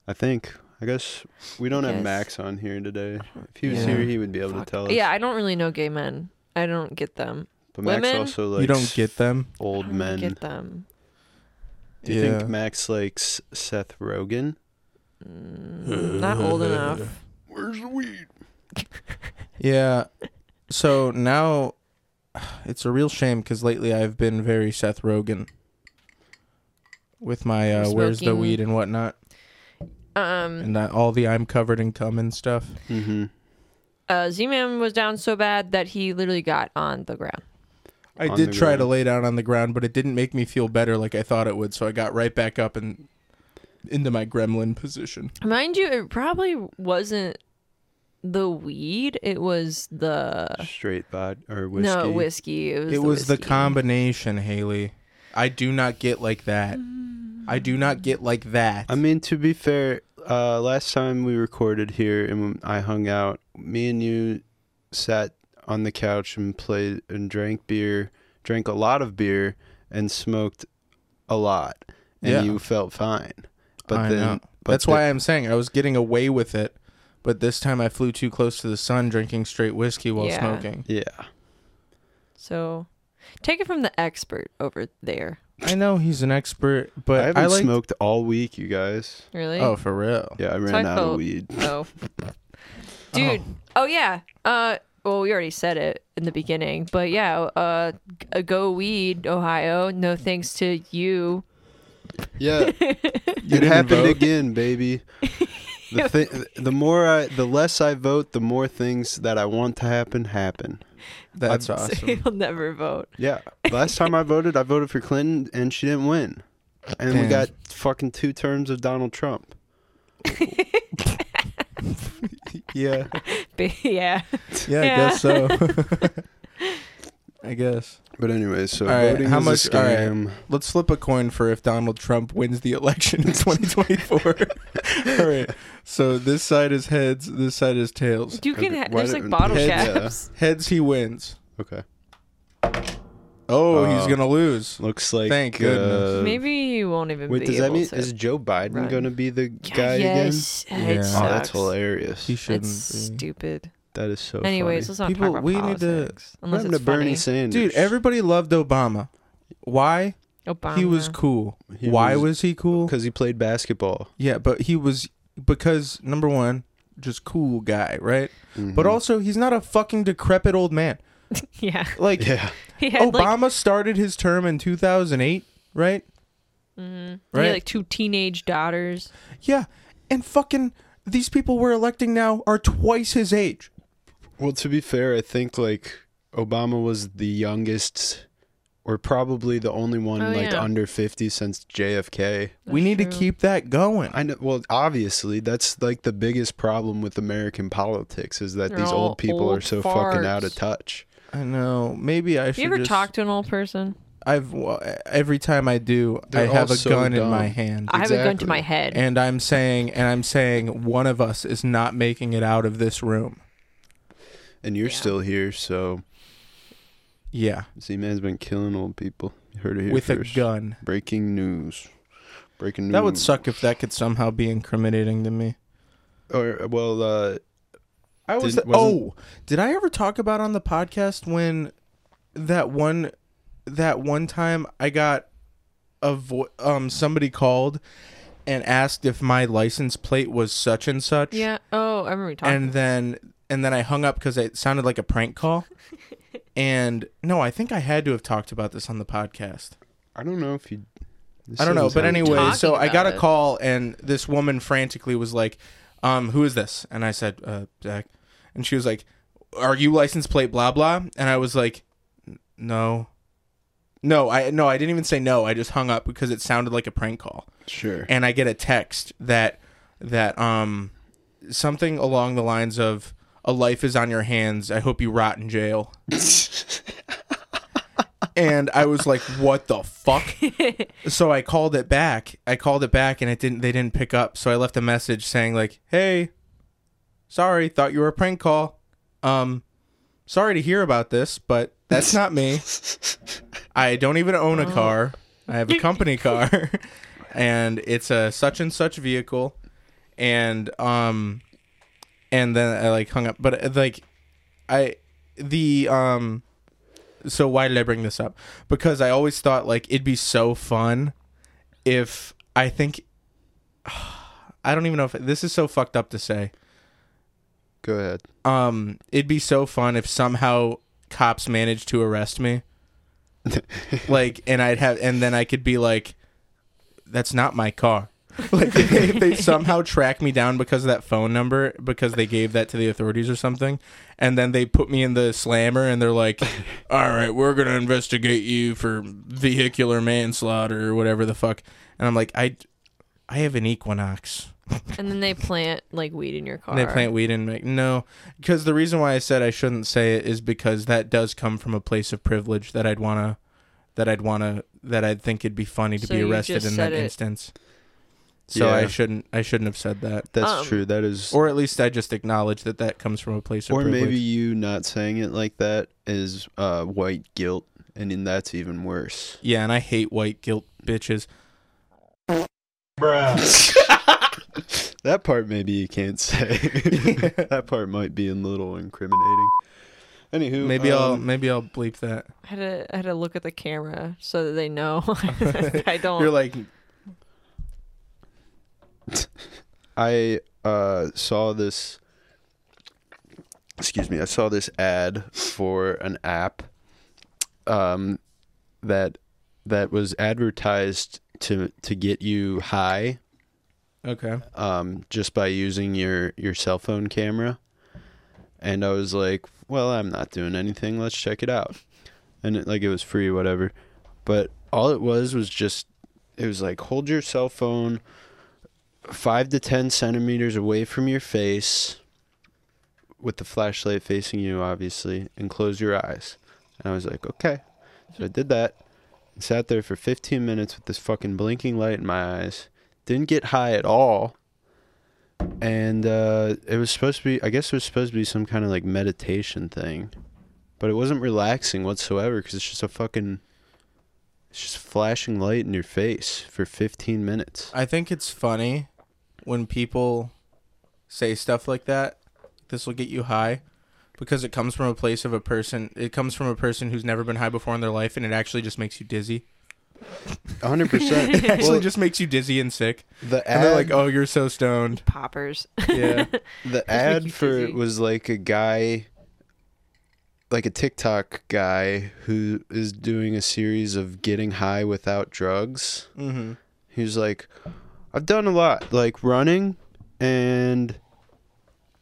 [SPEAKER 2] I think. I guess we don't have
[SPEAKER 3] Yes.
[SPEAKER 2] Max on here today. If he was
[SPEAKER 1] Yeah.
[SPEAKER 2] here, he would be able
[SPEAKER 3] Fuck.
[SPEAKER 2] to tell us.
[SPEAKER 3] Yeah, I don't really know gay men. I don't get them.
[SPEAKER 2] but Max
[SPEAKER 3] women-
[SPEAKER 2] also likes
[SPEAKER 1] you don't get them.
[SPEAKER 2] old
[SPEAKER 3] I don't
[SPEAKER 2] men.
[SPEAKER 3] Get them.
[SPEAKER 2] Do you
[SPEAKER 1] Yeah.
[SPEAKER 2] think Max likes Seth Rogen?
[SPEAKER 3] Mm,
[SPEAKER 2] *laughs*
[SPEAKER 3] Not old enough.
[SPEAKER 2] Where's the weed?
[SPEAKER 1] Yeah. So now it's a real shame because lately I've been very Seth Rogen with my uh,
[SPEAKER 3] You're
[SPEAKER 1] where's the
[SPEAKER 3] smoking.
[SPEAKER 1] weed and whatnot
[SPEAKER 3] Um,
[SPEAKER 1] and that, all the I'm covered in cum and stuff.
[SPEAKER 2] Mm-hmm.
[SPEAKER 3] uh, Z-Man was down so bad that he literally got on the ground.
[SPEAKER 1] I
[SPEAKER 2] On
[SPEAKER 1] did
[SPEAKER 2] the
[SPEAKER 1] try to
[SPEAKER 2] ground.
[SPEAKER 1] lay down on the ground, but it didn't make me feel better like I thought it would. So I got right back up and into my gremlin position.
[SPEAKER 3] Mind you, it probably wasn't the weed. It was the
[SPEAKER 2] Straight bod or whiskey.
[SPEAKER 3] no whiskey. It was,
[SPEAKER 1] it
[SPEAKER 3] the,
[SPEAKER 1] was the
[SPEAKER 3] whiskey.
[SPEAKER 1] combination, Haley. I do not get like that. I do not get like that.
[SPEAKER 2] I mean, to be fair, uh, last time we recorded here and I hung out, me and you sat on the couch and played and drank beer, drank a lot of beer, and smoked a lot, and
[SPEAKER 1] Yeah.
[SPEAKER 2] you felt fine. But
[SPEAKER 1] I
[SPEAKER 2] then,
[SPEAKER 1] know.
[SPEAKER 2] but
[SPEAKER 1] that's why I'm saying I was getting away with it, but this time I flew too close to the sun, drinking straight whiskey while
[SPEAKER 3] Yeah.
[SPEAKER 1] smoking.
[SPEAKER 2] yeah,
[SPEAKER 3] So, take it from the expert over there.
[SPEAKER 1] I know he's an expert, but
[SPEAKER 2] I
[SPEAKER 1] I,
[SPEAKER 2] haven't
[SPEAKER 1] like.
[SPEAKER 2] smoked all week, you guys.
[SPEAKER 3] Really?
[SPEAKER 1] Oh, for
[SPEAKER 3] *laughs*
[SPEAKER 1] real.
[SPEAKER 2] Yeah, I ran
[SPEAKER 3] I
[SPEAKER 2] out
[SPEAKER 3] felt-
[SPEAKER 2] of weed. *laughs*
[SPEAKER 3] Oh. Dude. Oh. yeah. Uh well, we already said it in the beginning, but yeah, uh g- uh, go weed Ohio. No thanks to you.
[SPEAKER 2] *laughs* Yeah, it
[SPEAKER 1] didn't
[SPEAKER 2] happened
[SPEAKER 1] vote?
[SPEAKER 2] again,
[SPEAKER 3] *laughs*
[SPEAKER 2] baby. The, thi- the more I, the less I vote, the more things that I want to happen happen.
[SPEAKER 1] That's
[SPEAKER 3] So *laughs*
[SPEAKER 1] awesome.
[SPEAKER 3] you'll never vote.
[SPEAKER 2] Yeah. Last time I voted, I voted for Clinton and she didn't win. And we
[SPEAKER 1] Damn.
[SPEAKER 2] got fucking two terms of Donald Trump. yeah. *laughs*
[SPEAKER 3] But,
[SPEAKER 1] Yeah,
[SPEAKER 3] yeah.
[SPEAKER 1] I
[SPEAKER 3] Yeah.
[SPEAKER 1] guess so.
[SPEAKER 3] *laughs*
[SPEAKER 1] *laughs* I guess.
[SPEAKER 2] But anyway, so
[SPEAKER 1] All right,
[SPEAKER 2] voting
[SPEAKER 1] how
[SPEAKER 2] is
[SPEAKER 1] much-
[SPEAKER 2] a
[SPEAKER 1] all right.
[SPEAKER 2] scam.
[SPEAKER 1] Let's flip a coin for if Donald Trump wins the election in *laughs* 2024. All right. So this side is heads, this side is tails.
[SPEAKER 3] You can
[SPEAKER 2] Okay,
[SPEAKER 3] ha-
[SPEAKER 2] why
[SPEAKER 3] there's like
[SPEAKER 2] don't- *laughs*
[SPEAKER 3] bottle
[SPEAKER 1] Heads-
[SPEAKER 3] caps.
[SPEAKER 1] Heads, he wins.
[SPEAKER 2] Okay.
[SPEAKER 1] Oh, he's
[SPEAKER 2] Oh.
[SPEAKER 1] gonna lose.
[SPEAKER 2] Looks like
[SPEAKER 1] Thank goodness.
[SPEAKER 2] uh,
[SPEAKER 3] Maybe you won't even
[SPEAKER 2] Wait,
[SPEAKER 3] be
[SPEAKER 2] does that
[SPEAKER 3] able
[SPEAKER 2] mean
[SPEAKER 3] to.
[SPEAKER 2] is Joe Biden
[SPEAKER 3] run.
[SPEAKER 2] going to be the guy
[SPEAKER 3] yes.
[SPEAKER 1] again? Yeah.
[SPEAKER 3] It
[SPEAKER 1] Oh,
[SPEAKER 2] again? Oh, that's
[SPEAKER 3] sucks.
[SPEAKER 2] hilarious.
[SPEAKER 1] He shouldn't.
[SPEAKER 3] It's
[SPEAKER 1] be.
[SPEAKER 3] stupid.
[SPEAKER 2] That is so
[SPEAKER 3] Anyways,
[SPEAKER 2] funny.
[SPEAKER 3] let's not
[SPEAKER 1] People-
[SPEAKER 3] talk about
[SPEAKER 1] we need to-
[SPEAKER 3] politics.
[SPEAKER 2] What
[SPEAKER 3] unless
[SPEAKER 2] happened
[SPEAKER 3] it's
[SPEAKER 2] to Bernie
[SPEAKER 3] funny.
[SPEAKER 2] Sanders?
[SPEAKER 1] Dude, everybody loved Obama. Why?
[SPEAKER 3] Obama.
[SPEAKER 1] He was cool.
[SPEAKER 2] He
[SPEAKER 1] Why was,
[SPEAKER 2] was-
[SPEAKER 1] he
[SPEAKER 2] *laughs*
[SPEAKER 1] cool?
[SPEAKER 2] because he played basketball.
[SPEAKER 1] Yeah, but he was because number one, just cool guy, right? But
[SPEAKER 2] Mhm.
[SPEAKER 1] also, he's not a fucking decrepit old man.
[SPEAKER 3] *laughs* yeah.
[SPEAKER 1] Like
[SPEAKER 2] yeah.
[SPEAKER 3] He had *laughs* like
[SPEAKER 1] Obama started his term in 2008, right?
[SPEAKER 3] mm-hmm. He had
[SPEAKER 1] Right.
[SPEAKER 3] like two teenage daughters.
[SPEAKER 1] Yeah, and fucking these people we're electing now are twice his age.
[SPEAKER 2] Well, to be fair, I think like Obama was the youngest, or probably the only one
[SPEAKER 3] Oh,
[SPEAKER 2] like
[SPEAKER 3] yeah.
[SPEAKER 2] under fifty since JFK.
[SPEAKER 1] we
[SPEAKER 3] That's
[SPEAKER 1] need to
[SPEAKER 3] true.
[SPEAKER 1] keep that going.
[SPEAKER 2] I know. Well, obviously, that's like the biggest problem with American politics is that
[SPEAKER 3] They're
[SPEAKER 2] these
[SPEAKER 3] all
[SPEAKER 2] old people are
[SPEAKER 3] old
[SPEAKER 2] so fucking out of
[SPEAKER 3] farts.
[SPEAKER 2] touch.
[SPEAKER 1] I know. Maybe I should.
[SPEAKER 3] You ever
[SPEAKER 1] just,
[SPEAKER 3] talk to an old person?
[SPEAKER 1] I've well, every time I do, I
[SPEAKER 2] They're
[SPEAKER 1] have
[SPEAKER 2] all
[SPEAKER 1] a
[SPEAKER 2] so
[SPEAKER 1] gun in
[SPEAKER 2] dumb.
[SPEAKER 1] my hand.
[SPEAKER 3] I have a gun to
[SPEAKER 2] Exactly.
[SPEAKER 3] my head.
[SPEAKER 1] and I'm saying and I'm saying one of us is not making it out of this room.
[SPEAKER 2] And you're
[SPEAKER 3] Yeah.
[SPEAKER 2] still here, so
[SPEAKER 1] Yeah,
[SPEAKER 2] Z-Man's been killing old people. You heard it here
[SPEAKER 1] with
[SPEAKER 2] first.
[SPEAKER 1] a gun.
[SPEAKER 2] Breaking news. Breaking news.
[SPEAKER 1] That would suck if that could somehow be incriminating to me.
[SPEAKER 2] Or well, uh,
[SPEAKER 1] I was
[SPEAKER 2] Didn't- wasn't-
[SPEAKER 1] Oh, did I ever talk about on the podcast when that one that one time I got a vo- um somebody called and asked if my license plate was such and such.
[SPEAKER 3] yeah. Oh, I remember we talking.
[SPEAKER 1] and then and then I hung up because it sounded like a prank call. and no, I think I had to have talked about this on the podcast.
[SPEAKER 2] I don't know if you. this
[SPEAKER 1] I don't know,
[SPEAKER 2] doesn't
[SPEAKER 1] but
[SPEAKER 2] sound-
[SPEAKER 1] anyway,
[SPEAKER 3] talking
[SPEAKER 1] so I got
[SPEAKER 3] about
[SPEAKER 1] a
[SPEAKER 3] it.
[SPEAKER 1] call and this woman frantically was like, um, "Who is this?" And I said, uh, "Zach," and she was like, "Are you license plate blah blah?" And I was like, "N- "No." No, I no, I didn't even say no. I just hung up because it sounded like a prank call.
[SPEAKER 2] Sure.
[SPEAKER 1] and I get a text that that um something along the lines of a life is on your hands. I hope you rot in jail. and I was like, what the fuck? so I called it back. I called it back and it didn't they didn't pick up. So I left a message saying like, "Hey, sorry, thought you were a prank call. Um sorry to hear about this, but that's not me. I don't even own a car. I have a company car." and it's a such and such vehicle and um and then i like hung up but uh, like i the um so why did i bring this up because i always thought like it'd be so fun if i think *sighs* I don't even know if this is so fucked up to say.
[SPEAKER 2] Go ahead.
[SPEAKER 1] Um, it'd be so fun if somehow cops managed to arrest me. like, and I'd have, and then I could be like, "That's not my car." *laughs* Like, if they, if they somehow track me down because of that phone number, because they gave that to the authorities or something, and then they put me in the slammer, and they're like, "All right, we're gonna investigate you for vehicular manslaughter or whatever the fuck," and I'm like, "I, I have an Equinox."
[SPEAKER 3] And then they plant like weed in your car.
[SPEAKER 1] And they plant weed and make no, because the reason why I said I shouldn't say it is because that does come from a place of privilege that I'd wanna, that I'd wanna, that I'd think it'd be funny to
[SPEAKER 3] So
[SPEAKER 1] be
[SPEAKER 3] you
[SPEAKER 1] arrested
[SPEAKER 3] just
[SPEAKER 1] in
[SPEAKER 3] said
[SPEAKER 1] that
[SPEAKER 3] it.
[SPEAKER 1] instance. So I
[SPEAKER 2] Yeah.
[SPEAKER 1] shouldn't, I shouldn't have said that,
[SPEAKER 2] That's
[SPEAKER 3] Um,
[SPEAKER 2] true. That is
[SPEAKER 1] or at least I just acknowledge that that comes from a place of
[SPEAKER 2] or
[SPEAKER 1] privilege.
[SPEAKER 2] maybe you not saying it like that is uh, white guilt, and then that's even worse.
[SPEAKER 1] yeah, and I hate white guilt bitches.
[SPEAKER 2] *laughs* That part maybe you
[SPEAKER 1] *laughs*
[SPEAKER 2] can't say. that part might be a little incriminating. Anywho,
[SPEAKER 1] Maybe I'll,
[SPEAKER 2] um,
[SPEAKER 1] maybe I'll bleep that.
[SPEAKER 3] I had to I had to look at the camera so that they
[SPEAKER 1] *laughs*
[SPEAKER 3] know *laughs* I don't.
[SPEAKER 1] You're like,
[SPEAKER 2] I uh, saw this. Excuse me. I saw this ad for an app um, that that was advertised to to get you high
[SPEAKER 1] okay,
[SPEAKER 2] um, just by using your your cell phone camera. And I was like, well, I'm not doing anything. Let's check it out. And it, like it was free, whatever. But all it was was just it was like hold your cell phone five to ten centimeters away from your face with the flashlight facing you obviously and close your eyes and i was like okay so i did that and sat there for 15 minutes with this fucking blinking light in my eyes didn't get high at all and uh, it was supposed to be i guess it was supposed to be some kind of like meditation thing but it wasn't relaxing whatsoever because it's just a fucking it's just flashing light in your face for 15 minutes
[SPEAKER 1] I think it's funny when people say stuff like that. This will get you high because it comes from a place of a person. It comes from a person who's never been high before in their life, and it actually just makes you dizzy. *laughs*
[SPEAKER 2] 100 percent
[SPEAKER 1] It actually just makes you dizzy and sick.
[SPEAKER 2] the
[SPEAKER 1] And
[SPEAKER 2] ad,
[SPEAKER 1] they're like, "Oh, you're so stoned."
[SPEAKER 3] poppers. *laughs*
[SPEAKER 1] Yeah,
[SPEAKER 2] the
[SPEAKER 3] you
[SPEAKER 2] ad for it
[SPEAKER 3] dizzy.
[SPEAKER 2] was like a guy like a tiktok guy who is doing a series of getting high without drugs
[SPEAKER 1] mm-hmm.
[SPEAKER 2] He was like, I've done a lot, like running and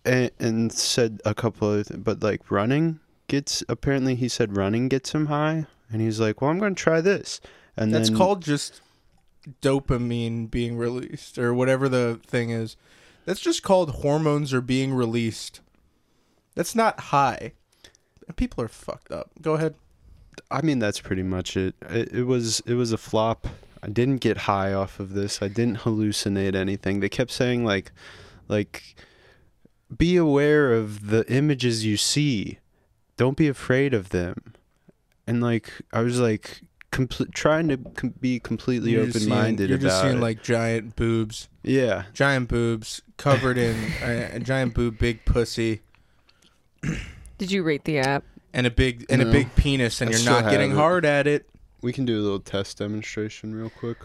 [SPEAKER 2] and, and said a couple other things, but like running gets apparently he said running gets him high, and he's like, well, I'm gonna try this, and
[SPEAKER 1] that's
[SPEAKER 2] then
[SPEAKER 1] called just dopamine being released or whatever the thing is. That's just called hormones are being released. That's not high. People are fucked up. Go ahead.
[SPEAKER 2] I mean that's pretty much it. it. It was it was a flop. I didn't get high off of this. I didn't hallucinate anything. They kept saying like like be aware of the images you see. Don't be afraid of them. And like I was like compl- trying to com- be completely
[SPEAKER 1] You're just seeing-
[SPEAKER 2] open-minded
[SPEAKER 1] You're just
[SPEAKER 2] about
[SPEAKER 1] seeing
[SPEAKER 2] it.
[SPEAKER 1] like giant boobs,
[SPEAKER 2] yeah.
[SPEAKER 1] giant boobs covered in uh, a giant boob, big pussy,
[SPEAKER 3] Did you rate the app?
[SPEAKER 1] and a big and a
[SPEAKER 2] No.
[SPEAKER 1] big penis, and
[SPEAKER 2] I
[SPEAKER 1] you're
[SPEAKER 2] still
[SPEAKER 1] not getting
[SPEAKER 2] have it.
[SPEAKER 1] hard at it.
[SPEAKER 2] We can do a little test demonstration real quick.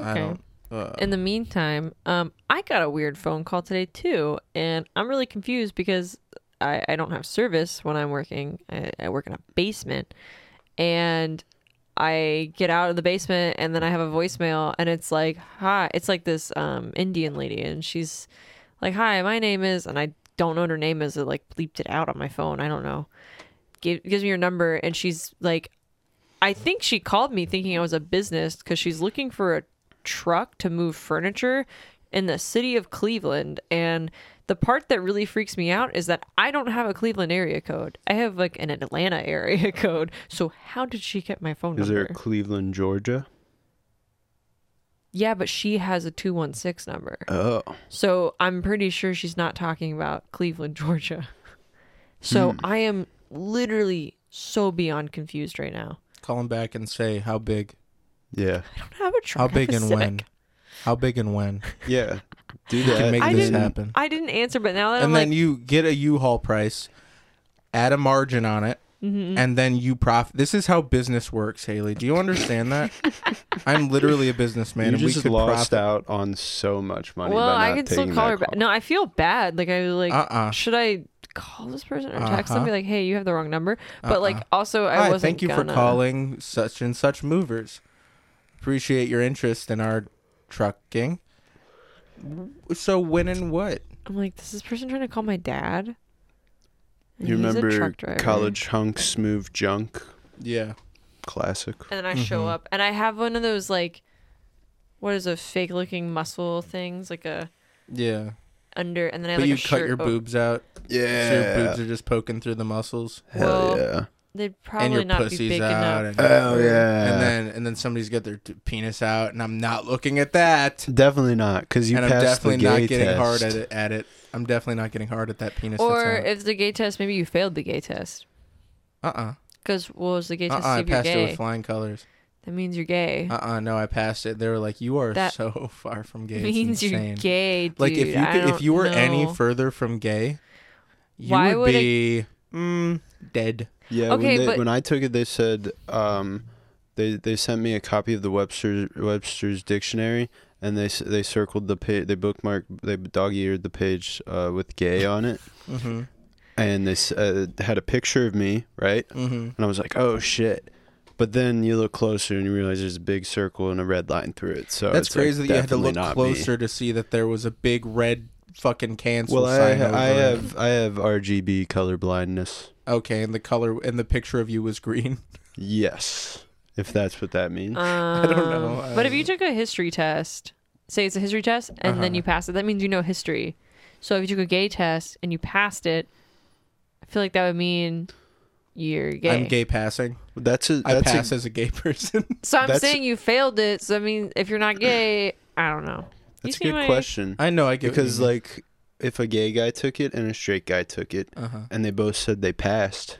[SPEAKER 1] I
[SPEAKER 3] Okay.
[SPEAKER 1] don't. Uh,
[SPEAKER 3] In the meantime, um, I got a weird phone call today too, and I'm really confused because I, I don't have service when I'm working. I, I work in a basement, and I get out of the basement, and then I have a voicemail, and it's like, "Hi," it's like this um, Indian lady, and she's like, "Hi, my name is," and I don't know what her name is. It like bleeped it out on my phone. I don't know. Give, gives me your number, and she's like, I think she called me thinking I was a business because she's looking for a truck to move furniture in the city of Cleveland. And the part that really freaks me out is that I don't have a Cleveland area code. I have like an Atlanta *laughs* area code. So how did she get my phone
[SPEAKER 2] Is there
[SPEAKER 3] number?
[SPEAKER 2] a Cleveland, Georgia?
[SPEAKER 3] yeah, but she has a 216 number.
[SPEAKER 2] Oh.
[SPEAKER 3] So I'm pretty sure she's not talking about Cleveland, *laughs* Georgia. So
[SPEAKER 2] Hmm.
[SPEAKER 3] I am literally so beyond confused right now.
[SPEAKER 1] call him back and say how big,
[SPEAKER 2] Yeah.
[SPEAKER 3] I don't have a truck.
[SPEAKER 1] how
[SPEAKER 3] I have
[SPEAKER 1] big
[SPEAKER 3] a
[SPEAKER 1] and
[SPEAKER 3] Civic.
[SPEAKER 1] when, how big and
[SPEAKER 2] *laughs*
[SPEAKER 1] when.
[SPEAKER 2] Yeah. Do
[SPEAKER 1] You
[SPEAKER 2] that.
[SPEAKER 1] can make
[SPEAKER 3] I
[SPEAKER 1] this
[SPEAKER 3] didn't-
[SPEAKER 1] happen.
[SPEAKER 3] I didn't answer, but now that
[SPEAKER 1] and
[SPEAKER 3] I'm
[SPEAKER 1] then
[SPEAKER 3] like,
[SPEAKER 1] you get a U-Haul price, add a margin on it,
[SPEAKER 3] Mm-hmm.
[SPEAKER 1] and then you profit. This is how business works, Haley. Do you understand
[SPEAKER 3] *laughs*
[SPEAKER 1] that? I'm literally a businessman.
[SPEAKER 2] you
[SPEAKER 1] and we
[SPEAKER 2] just
[SPEAKER 1] could
[SPEAKER 2] lost
[SPEAKER 1] profit.
[SPEAKER 2] out on so much money.
[SPEAKER 3] Well,
[SPEAKER 2] by not
[SPEAKER 3] I could still
[SPEAKER 2] taking
[SPEAKER 3] call
[SPEAKER 2] that
[SPEAKER 3] her back. No, I feel bad. Like I was like,
[SPEAKER 1] Uh-uh.
[SPEAKER 3] should I call this person or text them?
[SPEAKER 1] Uh-huh. Uh-uh.
[SPEAKER 3] Be like, hey, you have the wrong number. But like, also, I
[SPEAKER 1] Hi,
[SPEAKER 3] wasn't.
[SPEAKER 1] thank you
[SPEAKER 3] gonna...
[SPEAKER 1] for calling such and such movers. Appreciate your interest in our trucking. So when and what?
[SPEAKER 3] I'm like, does this person trying to call my dad? And
[SPEAKER 2] You
[SPEAKER 3] he's a
[SPEAKER 2] remember
[SPEAKER 3] truck driver.
[SPEAKER 2] college hunk smooth junk
[SPEAKER 1] Yeah.
[SPEAKER 2] classic?
[SPEAKER 3] And then I
[SPEAKER 1] Mm-hmm.
[SPEAKER 3] show up, and I have one of those like, what is a fake looking muscle things like a
[SPEAKER 1] Yeah.
[SPEAKER 3] under, and then I have
[SPEAKER 1] but
[SPEAKER 3] like
[SPEAKER 1] you
[SPEAKER 3] a
[SPEAKER 1] cut
[SPEAKER 3] shirt
[SPEAKER 1] your
[SPEAKER 3] o-
[SPEAKER 1] boobs out.
[SPEAKER 2] Yeah,
[SPEAKER 1] So your boobs are just poking through the muscles.
[SPEAKER 2] hell
[SPEAKER 3] Well,
[SPEAKER 2] yeah,
[SPEAKER 3] They'd probably
[SPEAKER 1] and your
[SPEAKER 3] not be
[SPEAKER 1] pussy's
[SPEAKER 3] big
[SPEAKER 1] out.
[SPEAKER 3] enough.
[SPEAKER 1] And,
[SPEAKER 2] hell uh, Oh, yeah.
[SPEAKER 1] and then and then somebody's got their t- penis out, and I'm not looking at that.
[SPEAKER 2] definitely not because you
[SPEAKER 1] and I'm
[SPEAKER 2] passed
[SPEAKER 1] definitely
[SPEAKER 2] the gay
[SPEAKER 1] not getting
[SPEAKER 2] test.
[SPEAKER 1] hard at it, at it. I'm definitely not getting hard at that penis.
[SPEAKER 3] Or
[SPEAKER 1] that's
[SPEAKER 3] if the gay test, maybe you failed the gay test.
[SPEAKER 1] out. uh
[SPEAKER 3] Because what was the gay
[SPEAKER 1] uh uh
[SPEAKER 3] test? to see
[SPEAKER 1] I
[SPEAKER 3] if you're
[SPEAKER 1] passed it with
[SPEAKER 3] gay.
[SPEAKER 1] flying colors.
[SPEAKER 3] That means you're gay.
[SPEAKER 1] Uh uh no, I passed it. They were like, you are
[SPEAKER 3] That
[SPEAKER 1] so *laughs* far from
[SPEAKER 3] *laughs*
[SPEAKER 1] gay. It's
[SPEAKER 3] means you're
[SPEAKER 1] insane."
[SPEAKER 3] gay, dude.
[SPEAKER 1] Like if you
[SPEAKER 3] I
[SPEAKER 1] could, if
[SPEAKER 3] don't
[SPEAKER 1] you were any
[SPEAKER 3] know.
[SPEAKER 1] further from gay, you
[SPEAKER 3] Why
[SPEAKER 1] would,
[SPEAKER 3] would I-
[SPEAKER 1] be mm, dead.
[SPEAKER 2] Yeah, when,
[SPEAKER 3] Okay,
[SPEAKER 2] they,
[SPEAKER 3] but-
[SPEAKER 2] when I took it, they said um, they they sent me a copy of the Webster's Webster's dictionary, and they s- they circled the page, they bookmarked, they dog-eared the page uh, with "gay" on it,
[SPEAKER 1] Mm-hmm.
[SPEAKER 2] and they s- uh, had a picture of me, right?
[SPEAKER 1] Mm-hmm.
[SPEAKER 2] And I was like, "Oh shit." But then you look closer and you realize there's a big circle and a red line through it. So
[SPEAKER 1] That's
[SPEAKER 2] it's like,
[SPEAKER 1] crazy that you had to
[SPEAKER 2] definitely
[SPEAKER 1] look
[SPEAKER 2] not me.
[SPEAKER 1] closer to see that there was a big red fucking cancel
[SPEAKER 2] Well, I,
[SPEAKER 1] sign. over
[SPEAKER 2] I
[SPEAKER 1] it.
[SPEAKER 2] have I have RGB color blindness.
[SPEAKER 1] Okay, and the color and the picture of you was green. *laughs*
[SPEAKER 2] Yes, if that's what that
[SPEAKER 1] Uh,
[SPEAKER 2] means.
[SPEAKER 3] I
[SPEAKER 1] don't know.
[SPEAKER 3] Um, but
[SPEAKER 1] *laughs*
[SPEAKER 3] if
[SPEAKER 1] I-
[SPEAKER 3] you took a history test, say it's a history test, and then you
[SPEAKER 1] Uh-huh.
[SPEAKER 3] pass it, that means you know history. So if you took a gay test and you passed it, I feel like that would mean you're gay.
[SPEAKER 1] I'm gay passing.
[SPEAKER 2] that's a
[SPEAKER 1] I
[SPEAKER 2] that's a
[SPEAKER 1] pass as a gay *laughs* person.
[SPEAKER 3] So I'm
[SPEAKER 2] That's-
[SPEAKER 3] saying you failed it. So I mean, if you're not gay, I don't know. You
[SPEAKER 2] That's a
[SPEAKER 3] see
[SPEAKER 2] good
[SPEAKER 3] my-
[SPEAKER 2] question.
[SPEAKER 1] I know. I get what
[SPEAKER 2] because
[SPEAKER 1] you mean.
[SPEAKER 2] like if a gay guy took it and a straight guy took it
[SPEAKER 1] Uh-huh.
[SPEAKER 2] and they both said they passed,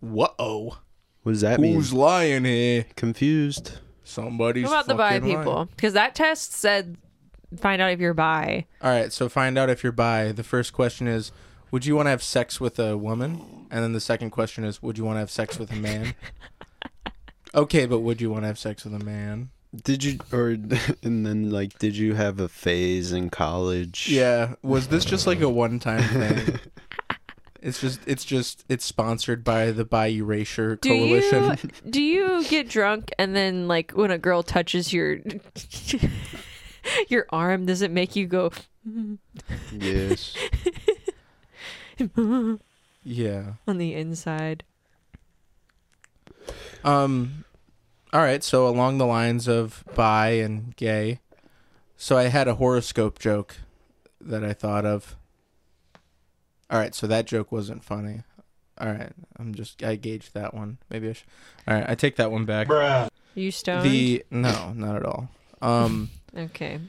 [SPEAKER 1] whoa,
[SPEAKER 2] what does that
[SPEAKER 1] who's
[SPEAKER 2] mean?
[SPEAKER 1] lying here?
[SPEAKER 2] Confused.
[SPEAKER 1] Somebody's
[SPEAKER 3] What about the bi
[SPEAKER 1] fucking lying.
[SPEAKER 3] people? Because that test said find out if you're bi.
[SPEAKER 1] All right, so find out if you're bi. The first question is, would you want to have sex with a woman? And then the second question is, would you want to have sex with a
[SPEAKER 3] *laughs*
[SPEAKER 1] man? okay, but would you want to have sex with a man?
[SPEAKER 2] Did you or *laughs* and then like did you have a phase in college?
[SPEAKER 1] Yeah, was this just like a one-time
[SPEAKER 3] *laughs*
[SPEAKER 1] thing? It's just, it's just, it's sponsored by the Bi Erasure
[SPEAKER 3] Do
[SPEAKER 1] Coalition.
[SPEAKER 3] you do you get drunk and then like when a girl touches your your arm, does it make you go?
[SPEAKER 2] Yes.
[SPEAKER 1] Yeah.
[SPEAKER 3] on the inside.
[SPEAKER 1] Um, all right. So along the lines of bi and gay, so I had a horoscope joke that I thought of. All right, so that joke wasn't funny. All right, I'm just I gauged that one. Maybe I should. All right, I take that one back.
[SPEAKER 3] You stoned?
[SPEAKER 1] The no, not at all. Um,
[SPEAKER 3] okay.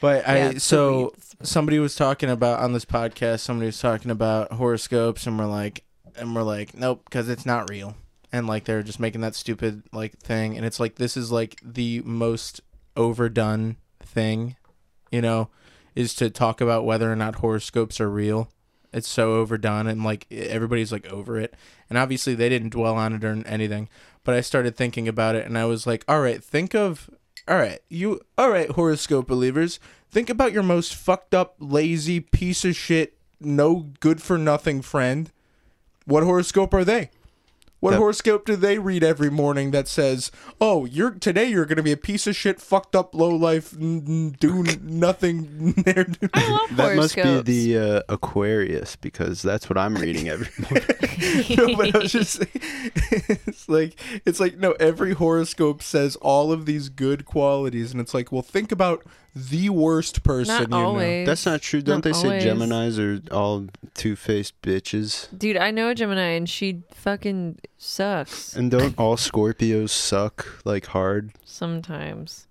[SPEAKER 1] but
[SPEAKER 3] Yeah,
[SPEAKER 1] I
[SPEAKER 3] it's
[SPEAKER 1] so
[SPEAKER 3] the weeds.
[SPEAKER 1] somebody was talking about on this podcast somebody was talking about horoscopes and we're like and we're like nope because it's not real and like they're just making that stupid like thing and it's like this is like the most overdone thing you know is to talk about whether or not horoscopes are real it's so overdone and like e, everybody's like over it and obviously they didn't dwell on it or anything but i started thinking about it and i was like all right think of all right you all right horoscope believers think about your most fucked up lazy piece of shit no good for nothing friend what horoscope are they what
[SPEAKER 2] Yep.
[SPEAKER 1] horoscope do they read every morning that says, "Oh, you're today you're going to be a piece of shit, fucked up, low life, n- n- do n- nothing." *laughs* ne'er do-"
[SPEAKER 3] I love
[SPEAKER 2] That must be
[SPEAKER 3] horoscopes.
[SPEAKER 2] the uh, Aquarius because that's what I'm reading
[SPEAKER 3] *laughs*
[SPEAKER 2] every morning.
[SPEAKER 1] *laughs* no, but I was just saying, *laughs* it's like it's like no, every horoscope says all of these good qualities, and it's like, well, think about the worst person
[SPEAKER 3] Not
[SPEAKER 1] you
[SPEAKER 3] always.
[SPEAKER 2] that's not true. Don't
[SPEAKER 3] Not
[SPEAKER 2] they say
[SPEAKER 3] always.
[SPEAKER 2] Geminis are all two-faced bitches?
[SPEAKER 3] Dude, I know a Gemini and she fucking sucks
[SPEAKER 2] And don't all Scorpios suck like hard?
[SPEAKER 3] sometimes.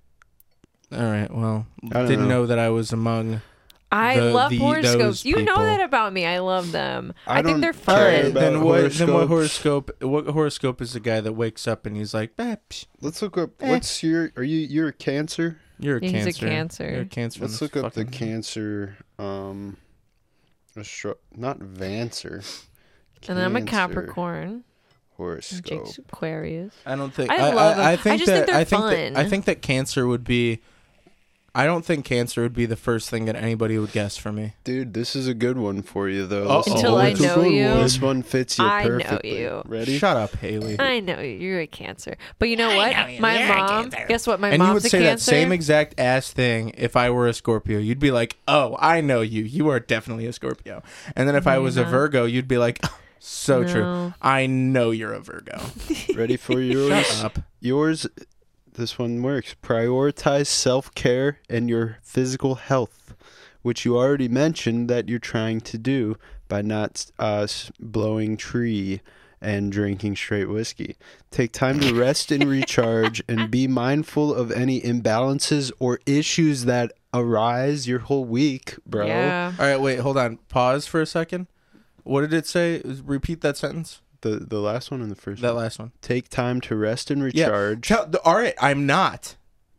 [SPEAKER 1] know. All right, well,
[SPEAKER 2] I don't
[SPEAKER 1] didn't know.
[SPEAKER 2] know.
[SPEAKER 1] that I was among.
[SPEAKER 3] I
[SPEAKER 1] The-
[SPEAKER 3] love
[SPEAKER 1] the-
[SPEAKER 3] horoscopes.
[SPEAKER 1] those
[SPEAKER 3] You know
[SPEAKER 1] people.
[SPEAKER 3] that about me. I love them. I, think
[SPEAKER 2] don't
[SPEAKER 3] they're
[SPEAKER 2] care
[SPEAKER 3] fun.
[SPEAKER 2] about
[SPEAKER 1] Then what? Then what
[SPEAKER 2] horoscopes.
[SPEAKER 1] horoscope? What horoscope is the guy that wakes up and he's like, eh, psh,
[SPEAKER 2] Let's look up.
[SPEAKER 1] Eh.
[SPEAKER 2] What's your? Are you? You're a Cancer.
[SPEAKER 1] "You're a
[SPEAKER 3] He's a
[SPEAKER 1] cancer.
[SPEAKER 3] Cancer.
[SPEAKER 1] You're a cancer."
[SPEAKER 2] Let's look up the Cancer. Um, astro- not Vancer.
[SPEAKER 3] and then I'm a
[SPEAKER 2] Cancer
[SPEAKER 3] Capricorn.
[SPEAKER 2] Horoscope.
[SPEAKER 3] Jake's Aquarius.
[SPEAKER 1] I don't think.
[SPEAKER 3] I
[SPEAKER 1] I,
[SPEAKER 3] love
[SPEAKER 1] I, I
[SPEAKER 3] them.
[SPEAKER 1] think
[SPEAKER 3] I just
[SPEAKER 1] that
[SPEAKER 3] think they're
[SPEAKER 1] I think that
[SPEAKER 3] fun.
[SPEAKER 1] I think that cancer would be. I don't think cancer would be the first thing that anybody would guess for me.
[SPEAKER 2] Dude, this is a good one for you though.
[SPEAKER 1] Uh-oh.
[SPEAKER 2] Listen
[SPEAKER 3] Until
[SPEAKER 2] to
[SPEAKER 3] I
[SPEAKER 2] this.
[SPEAKER 3] know you.
[SPEAKER 2] This one fits you
[SPEAKER 3] I know
[SPEAKER 2] perfectly.
[SPEAKER 3] you.
[SPEAKER 2] Ready?
[SPEAKER 1] Shut up,
[SPEAKER 3] *laughs*
[SPEAKER 1] Haley.
[SPEAKER 3] I know you- you're a Cancer, but you know what? my mom. Guess what? My
[SPEAKER 1] and you would
[SPEAKER 3] mom's a
[SPEAKER 1] say that
[SPEAKER 3] Cancer.
[SPEAKER 1] same exact ass thing if I were a Scorpio. You'd be like, "Oh, I know you. You are definitely a Scorpio." And then if I was a Virgo, you'd be like, *laughs* "So true.
[SPEAKER 3] No.
[SPEAKER 1] I know you're a Virgo."
[SPEAKER 3] *laughs*
[SPEAKER 2] Ready for yours?
[SPEAKER 1] Up.
[SPEAKER 2] yours this one works. Prioritize self-care and your physical health, which you already mentioned that you're trying to do by not uh, s- blowing tree and drinking straight whiskey. Take time to rest and recharge and be mindful of any imbalances or issues that arise your whole week,
[SPEAKER 1] *laughs*
[SPEAKER 2] bro.
[SPEAKER 3] Yeah.
[SPEAKER 1] All right, wait, hold on. Pause for a second. What did it say? Repeat that sentence.
[SPEAKER 2] The the last one and the first
[SPEAKER 1] That
[SPEAKER 2] one.
[SPEAKER 1] last one.
[SPEAKER 2] Take time to rest and
[SPEAKER 1] Yeah.
[SPEAKER 2] recharge.
[SPEAKER 1] Tell- the- all right, I'm not.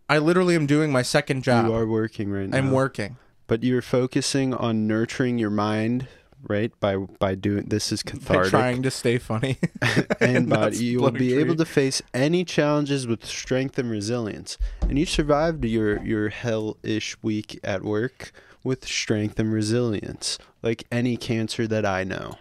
[SPEAKER 1] I literally am doing my second job.
[SPEAKER 2] You are working right now.
[SPEAKER 1] I'm working.
[SPEAKER 2] but you're focusing on nurturing your mind right by by doing this is
[SPEAKER 1] By
[SPEAKER 2] cathartic
[SPEAKER 1] trying to stay funny.
[SPEAKER 2] *laughs*
[SPEAKER 1] *laughs*
[SPEAKER 2] and
[SPEAKER 1] not
[SPEAKER 2] body you will
[SPEAKER 1] blowing
[SPEAKER 2] be able
[SPEAKER 1] tree.
[SPEAKER 2] to face any challenges with strength and resilience and you survived your your hell-ish week at work with strength and resilience like any cancer that i know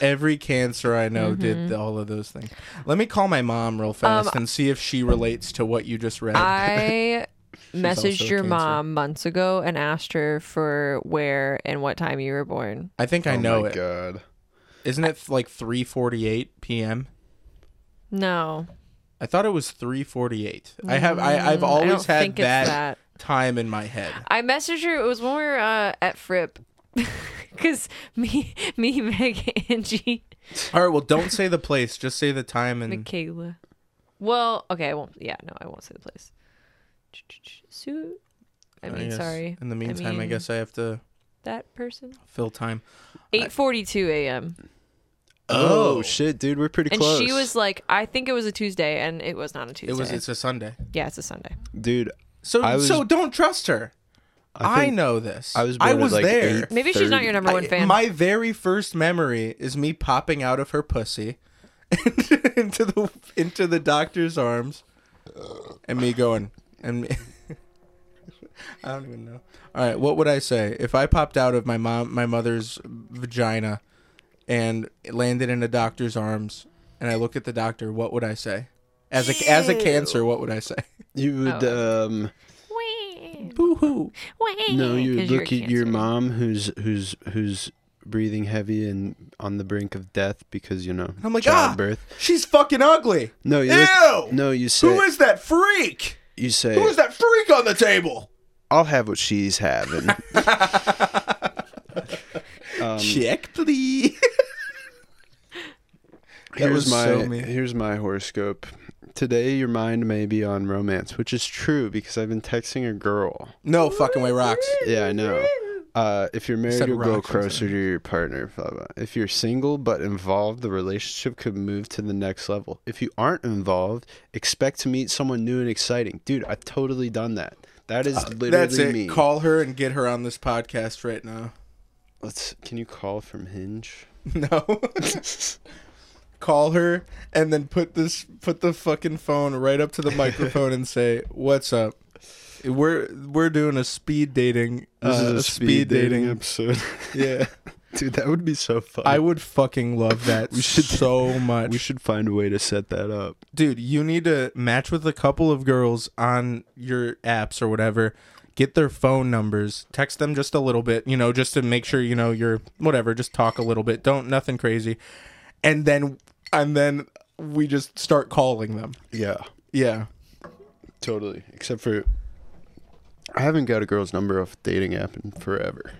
[SPEAKER 1] Every cancer I know did
[SPEAKER 3] Mm-hmm.
[SPEAKER 1] all of those things. Let me call my mom real fast and see if she relates to what you just read.
[SPEAKER 3] Um, I
[SPEAKER 1] also a
[SPEAKER 3] messaged your
[SPEAKER 1] Cancer.
[SPEAKER 3] mom months ago and asked her for where and what time you were born.
[SPEAKER 1] I think I know it.
[SPEAKER 2] Oh god
[SPEAKER 1] not it like 3:48 p.m.?
[SPEAKER 3] No,
[SPEAKER 1] I thought it was 3:48. I have I, I've
[SPEAKER 3] Mm, I
[SPEAKER 1] always
[SPEAKER 3] don't
[SPEAKER 1] had
[SPEAKER 3] think it's
[SPEAKER 1] that,
[SPEAKER 3] that.
[SPEAKER 1] time in my
[SPEAKER 3] *laughs*
[SPEAKER 1] head.
[SPEAKER 3] I messaged her. It was when we were uh, at Fripp, *laughs* because me, me, *laughs* Meg, Angie,
[SPEAKER 1] All right, well don't say the place, just say the time and
[SPEAKER 3] Michaela. Well, okay, I won't. Yeah, no, I won't say the place. Sue. I mean,
[SPEAKER 1] guess
[SPEAKER 3] sorry.
[SPEAKER 1] In the meantime, I,
[SPEAKER 3] mean,
[SPEAKER 1] guess I have to
[SPEAKER 3] that person.
[SPEAKER 1] fill time.
[SPEAKER 3] Eight forty-two a.m.
[SPEAKER 2] oh,
[SPEAKER 1] Oh.
[SPEAKER 2] shit dude we're pretty
[SPEAKER 3] And
[SPEAKER 2] close
[SPEAKER 3] she was like, I think it was a Tuesday, and it was not a Tuesday.
[SPEAKER 1] It was it's a Sunday.
[SPEAKER 3] yeah, it's a Sunday.
[SPEAKER 2] dude
[SPEAKER 1] So
[SPEAKER 2] I was-
[SPEAKER 1] so don't trust her. I,
[SPEAKER 2] think
[SPEAKER 1] know this.
[SPEAKER 2] I was born at, like,
[SPEAKER 1] there.
[SPEAKER 2] eight
[SPEAKER 3] Maybe she's not
[SPEAKER 2] 30.
[SPEAKER 3] your number one
[SPEAKER 1] I-
[SPEAKER 3] fan.
[SPEAKER 1] My very first memory is me popping out of her pussy *laughs* into the into the doctor's arms, and me going and me. *laughs* I don't even know. All right, what would I say if I popped out of my mom, my mother's vagina, and landed in a doctor's arms, and I looked at the doctor? What would I say? As a as a cancer, what would I say? *laughs*
[SPEAKER 3] Oh,
[SPEAKER 2] you would um
[SPEAKER 1] Boo hoo!
[SPEAKER 2] No, you
[SPEAKER 3] *laughs*
[SPEAKER 2] would
[SPEAKER 3] 'Cause you're
[SPEAKER 2] look
[SPEAKER 3] a
[SPEAKER 2] at your
[SPEAKER 3] Cancer.
[SPEAKER 2] mom who's who's who's breathing heavy and on the brink of death because you know
[SPEAKER 1] I'm like, ah,
[SPEAKER 2] childbirth.
[SPEAKER 1] she's fucking ugly.
[SPEAKER 2] No, you
[SPEAKER 1] Ew!
[SPEAKER 2] look, no, you say
[SPEAKER 1] Who is that freak?
[SPEAKER 2] you say
[SPEAKER 1] Who is that freak on the table?
[SPEAKER 2] I'll have what
[SPEAKER 1] *laughs*
[SPEAKER 2] she's having. Um,
[SPEAKER 1] Check, please.
[SPEAKER 2] *laughs* here's
[SPEAKER 1] was
[SPEAKER 2] my
[SPEAKER 1] so mean.
[SPEAKER 2] here's my horoscope. Today your mind may be on romance, which is true because I've been texting a girl.
[SPEAKER 1] no fucking way, rocks.
[SPEAKER 2] Yeah, I know. Uh, if you're married,
[SPEAKER 1] Said
[SPEAKER 2] you'll grow
[SPEAKER 1] rocks, I'm
[SPEAKER 2] closer to your partner. Blah, blah. If you're single but involved, the relationship could move to the next level. If you aren't involved, expect to meet someone new and exciting. Dude, I've totally done that. That is literally
[SPEAKER 1] That's it.
[SPEAKER 2] me.
[SPEAKER 1] Call her and get her on this podcast right now. *laughs*
[SPEAKER 2] Let's. Can you call from Hinge?
[SPEAKER 1] No. *laughs* Call her and then put this put the fucking phone right up to the microphone and say, "What's up?" We're we're doing a speed dating.
[SPEAKER 2] This
[SPEAKER 1] uh,
[SPEAKER 2] is a speed, dating, episode.
[SPEAKER 1] Yeah,
[SPEAKER 2] *laughs* Dude, that would be so fun.
[SPEAKER 1] I would fucking love that
[SPEAKER 2] *laughs* We should-
[SPEAKER 1] so much.
[SPEAKER 2] we should find a way to set that up.
[SPEAKER 1] dude, you need to match with a couple of girls on your apps or whatever. Get their phone numbers, text them just a little bit, you know, just to make sure you know you're whatever. Just talk a little bit, don't nothing crazy, and then and then we just start calling them.
[SPEAKER 2] Yeah,
[SPEAKER 1] Yeah,
[SPEAKER 2] totally. Except for, I haven't got a girl's number off a dating app in forever.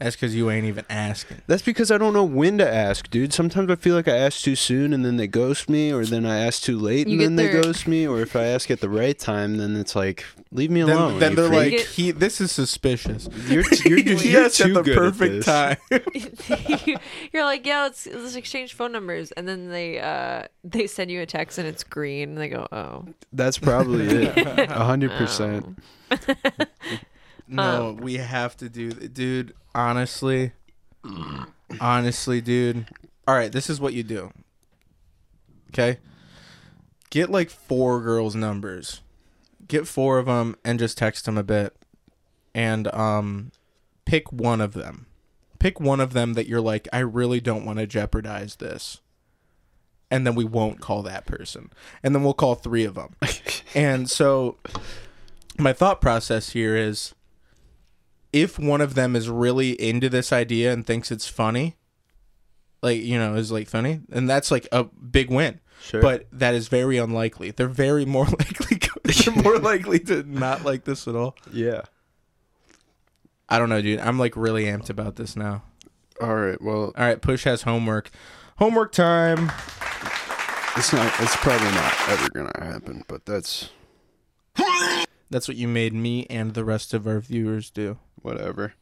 [SPEAKER 1] that's because you ain't even asking.
[SPEAKER 2] That's because I don't know when to ask, dude. Sometimes I feel like I ask too soon and then they ghost me, or then I ask too late
[SPEAKER 3] You
[SPEAKER 2] and
[SPEAKER 3] get
[SPEAKER 2] then they
[SPEAKER 3] their-
[SPEAKER 2] ghost me, or if I ask at the right time, then it's like, leave me
[SPEAKER 1] Then,
[SPEAKER 2] alone.
[SPEAKER 1] then
[SPEAKER 2] you
[SPEAKER 1] they're
[SPEAKER 2] freak.
[SPEAKER 1] like, he. This is suspicious.
[SPEAKER 2] you're,
[SPEAKER 1] *laughs*
[SPEAKER 2] you're, you're,
[SPEAKER 1] yes,
[SPEAKER 2] too
[SPEAKER 1] at the
[SPEAKER 2] good
[SPEAKER 1] perfect
[SPEAKER 2] this.
[SPEAKER 1] time.
[SPEAKER 3] *laughs* You're like, yeah, let's let's exchange phone numbers, and then they uh they send you a text and it's green, and they go, oh,
[SPEAKER 2] That's probably
[SPEAKER 1] *laughs*
[SPEAKER 2] it. A hundred percent.
[SPEAKER 1] No, we have to do, th- dude. Honestly, Honestly, dude. All right, this is what you do. Okay? Get like four girls' numbers. Get four of them and just text them a bit and um pick one of them. Pick one of them that you're like I really don't want to jeopardize this. And then we won't call that person. And then we'll call 3 of them. and so my thought process here is if one of them is really into this idea and thinks it's funny, like you know, is like funny, and that's like a big win.
[SPEAKER 2] Sure.
[SPEAKER 1] But that is very unlikely. They're very more *laughs* likely. They're more likely to not like this at all.
[SPEAKER 2] yeah.
[SPEAKER 1] I don't know, dude. I'm like really amped about this now.
[SPEAKER 2] All right. Well,
[SPEAKER 1] All right, Push has homework. Homework time.
[SPEAKER 2] it's not. It's probably not ever gonna happen. But that's
[SPEAKER 1] That's what you made me and the rest of our viewers do.
[SPEAKER 2] whatever.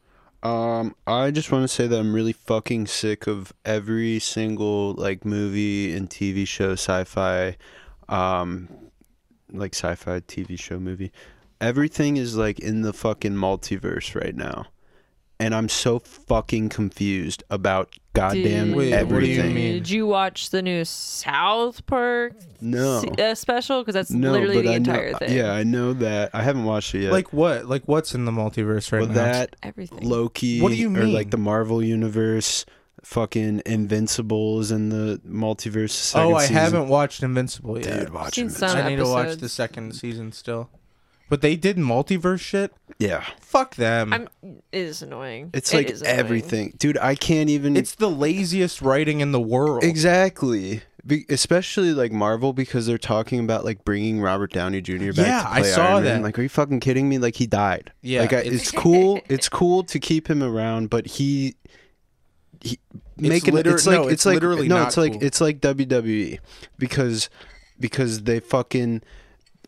[SPEAKER 2] Um, I just want to say that I'm really fucking sick of every single like movie and TV show, sci-fi, um, like sci-fi TV show movie. Everything is like in the fucking multiverse right now, and I'm so fucking confused about goddamn
[SPEAKER 3] Did-
[SPEAKER 1] Wait, what do you
[SPEAKER 2] everything.
[SPEAKER 1] mean?
[SPEAKER 3] Did you watch the new South Park
[SPEAKER 2] No.
[SPEAKER 3] se- uh, special? Because that's
[SPEAKER 2] No,
[SPEAKER 3] literally
[SPEAKER 2] but
[SPEAKER 3] the
[SPEAKER 2] I know- uh,
[SPEAKER 3] entire thing.
[SPEAKER 2] Yeah, I know that. I haven't watched it yet.
[SPEAKER 1] Like what? Like what's in the multiverse right
[SPEAKER 2] Well,
[SPEAKER 1] now?
[SPEAKER 2] that
[SPEAKER 3] Everything.
[SPEAKER 2] Loki.
[SPEAKER 1] What do you
[SPEAKER 2] Or
[SPEAKER 1] mean?
[SPEAKER 2] like the Marvel universe. Fucking Invincibles and the multiverse. second
[SPEAKER 1] oh, I
[SPEAKER 2] season.
[SPEAKER 1] haven't watched Invincible yet.
[SPEAKER 2] Dude, watch
[SPEAKER 3] Seen
[SPEAKER 2] Invincible.
[SPEAKER 3] some
[SPEAKER 1] I need to watch
[SPEAKER 3] episodes.
[SPEAKER 1] the second season still. But they did multiverse shit.
[SPEAKER 2] Yeah,
[SPEAKER 1] Fuck them.
[SPEAKER 3] I'm, it is annoying.
[SPEAKER 2] it's
[SPEAKER 3] It
[SPEAKER 2] like
[SPEAKER 3] is annoying.
[SPEAKER 2] everything, dude. I can't even.
[SPEAKER 1] it's the laziest writing in the world.
[SPEAKER 2] exactly, Be- especially like Marvel because they're talking about like bringing Robert Downey Jr. back.
[SPEAKER 1] Yeah,
[SPEAKER 2] to
[SPEAKER 1] I
[SPEAKER 2] play
[SPEAKER 1] saw
[SPEAKER 2] Iron Man.
[SPEAKER 1] that.
[SPEAKER 2] Like, are you fucking kidding me? Like he died.
[SPEAKER 1] Yeah,
[SPEAKER 2] like I,
[SPEAKER 1] it's- *laughs*
[SPEAKER 2] it's cool. It's cool to keep him around, but he. He, make it,
[SPEAKER 1] liter-
[SPEAKER 2] it's like
[SPEAKER 1] no, it's
[SPEAKER 2] like
[SPEAKER 1] literally
[SPEAKER 2] no
[SPEAKER 1] not
[SPEAKER 2] it's like
[SPEAKER 1] cool.
[SPEAKER 2] it's like WWE because because they fucking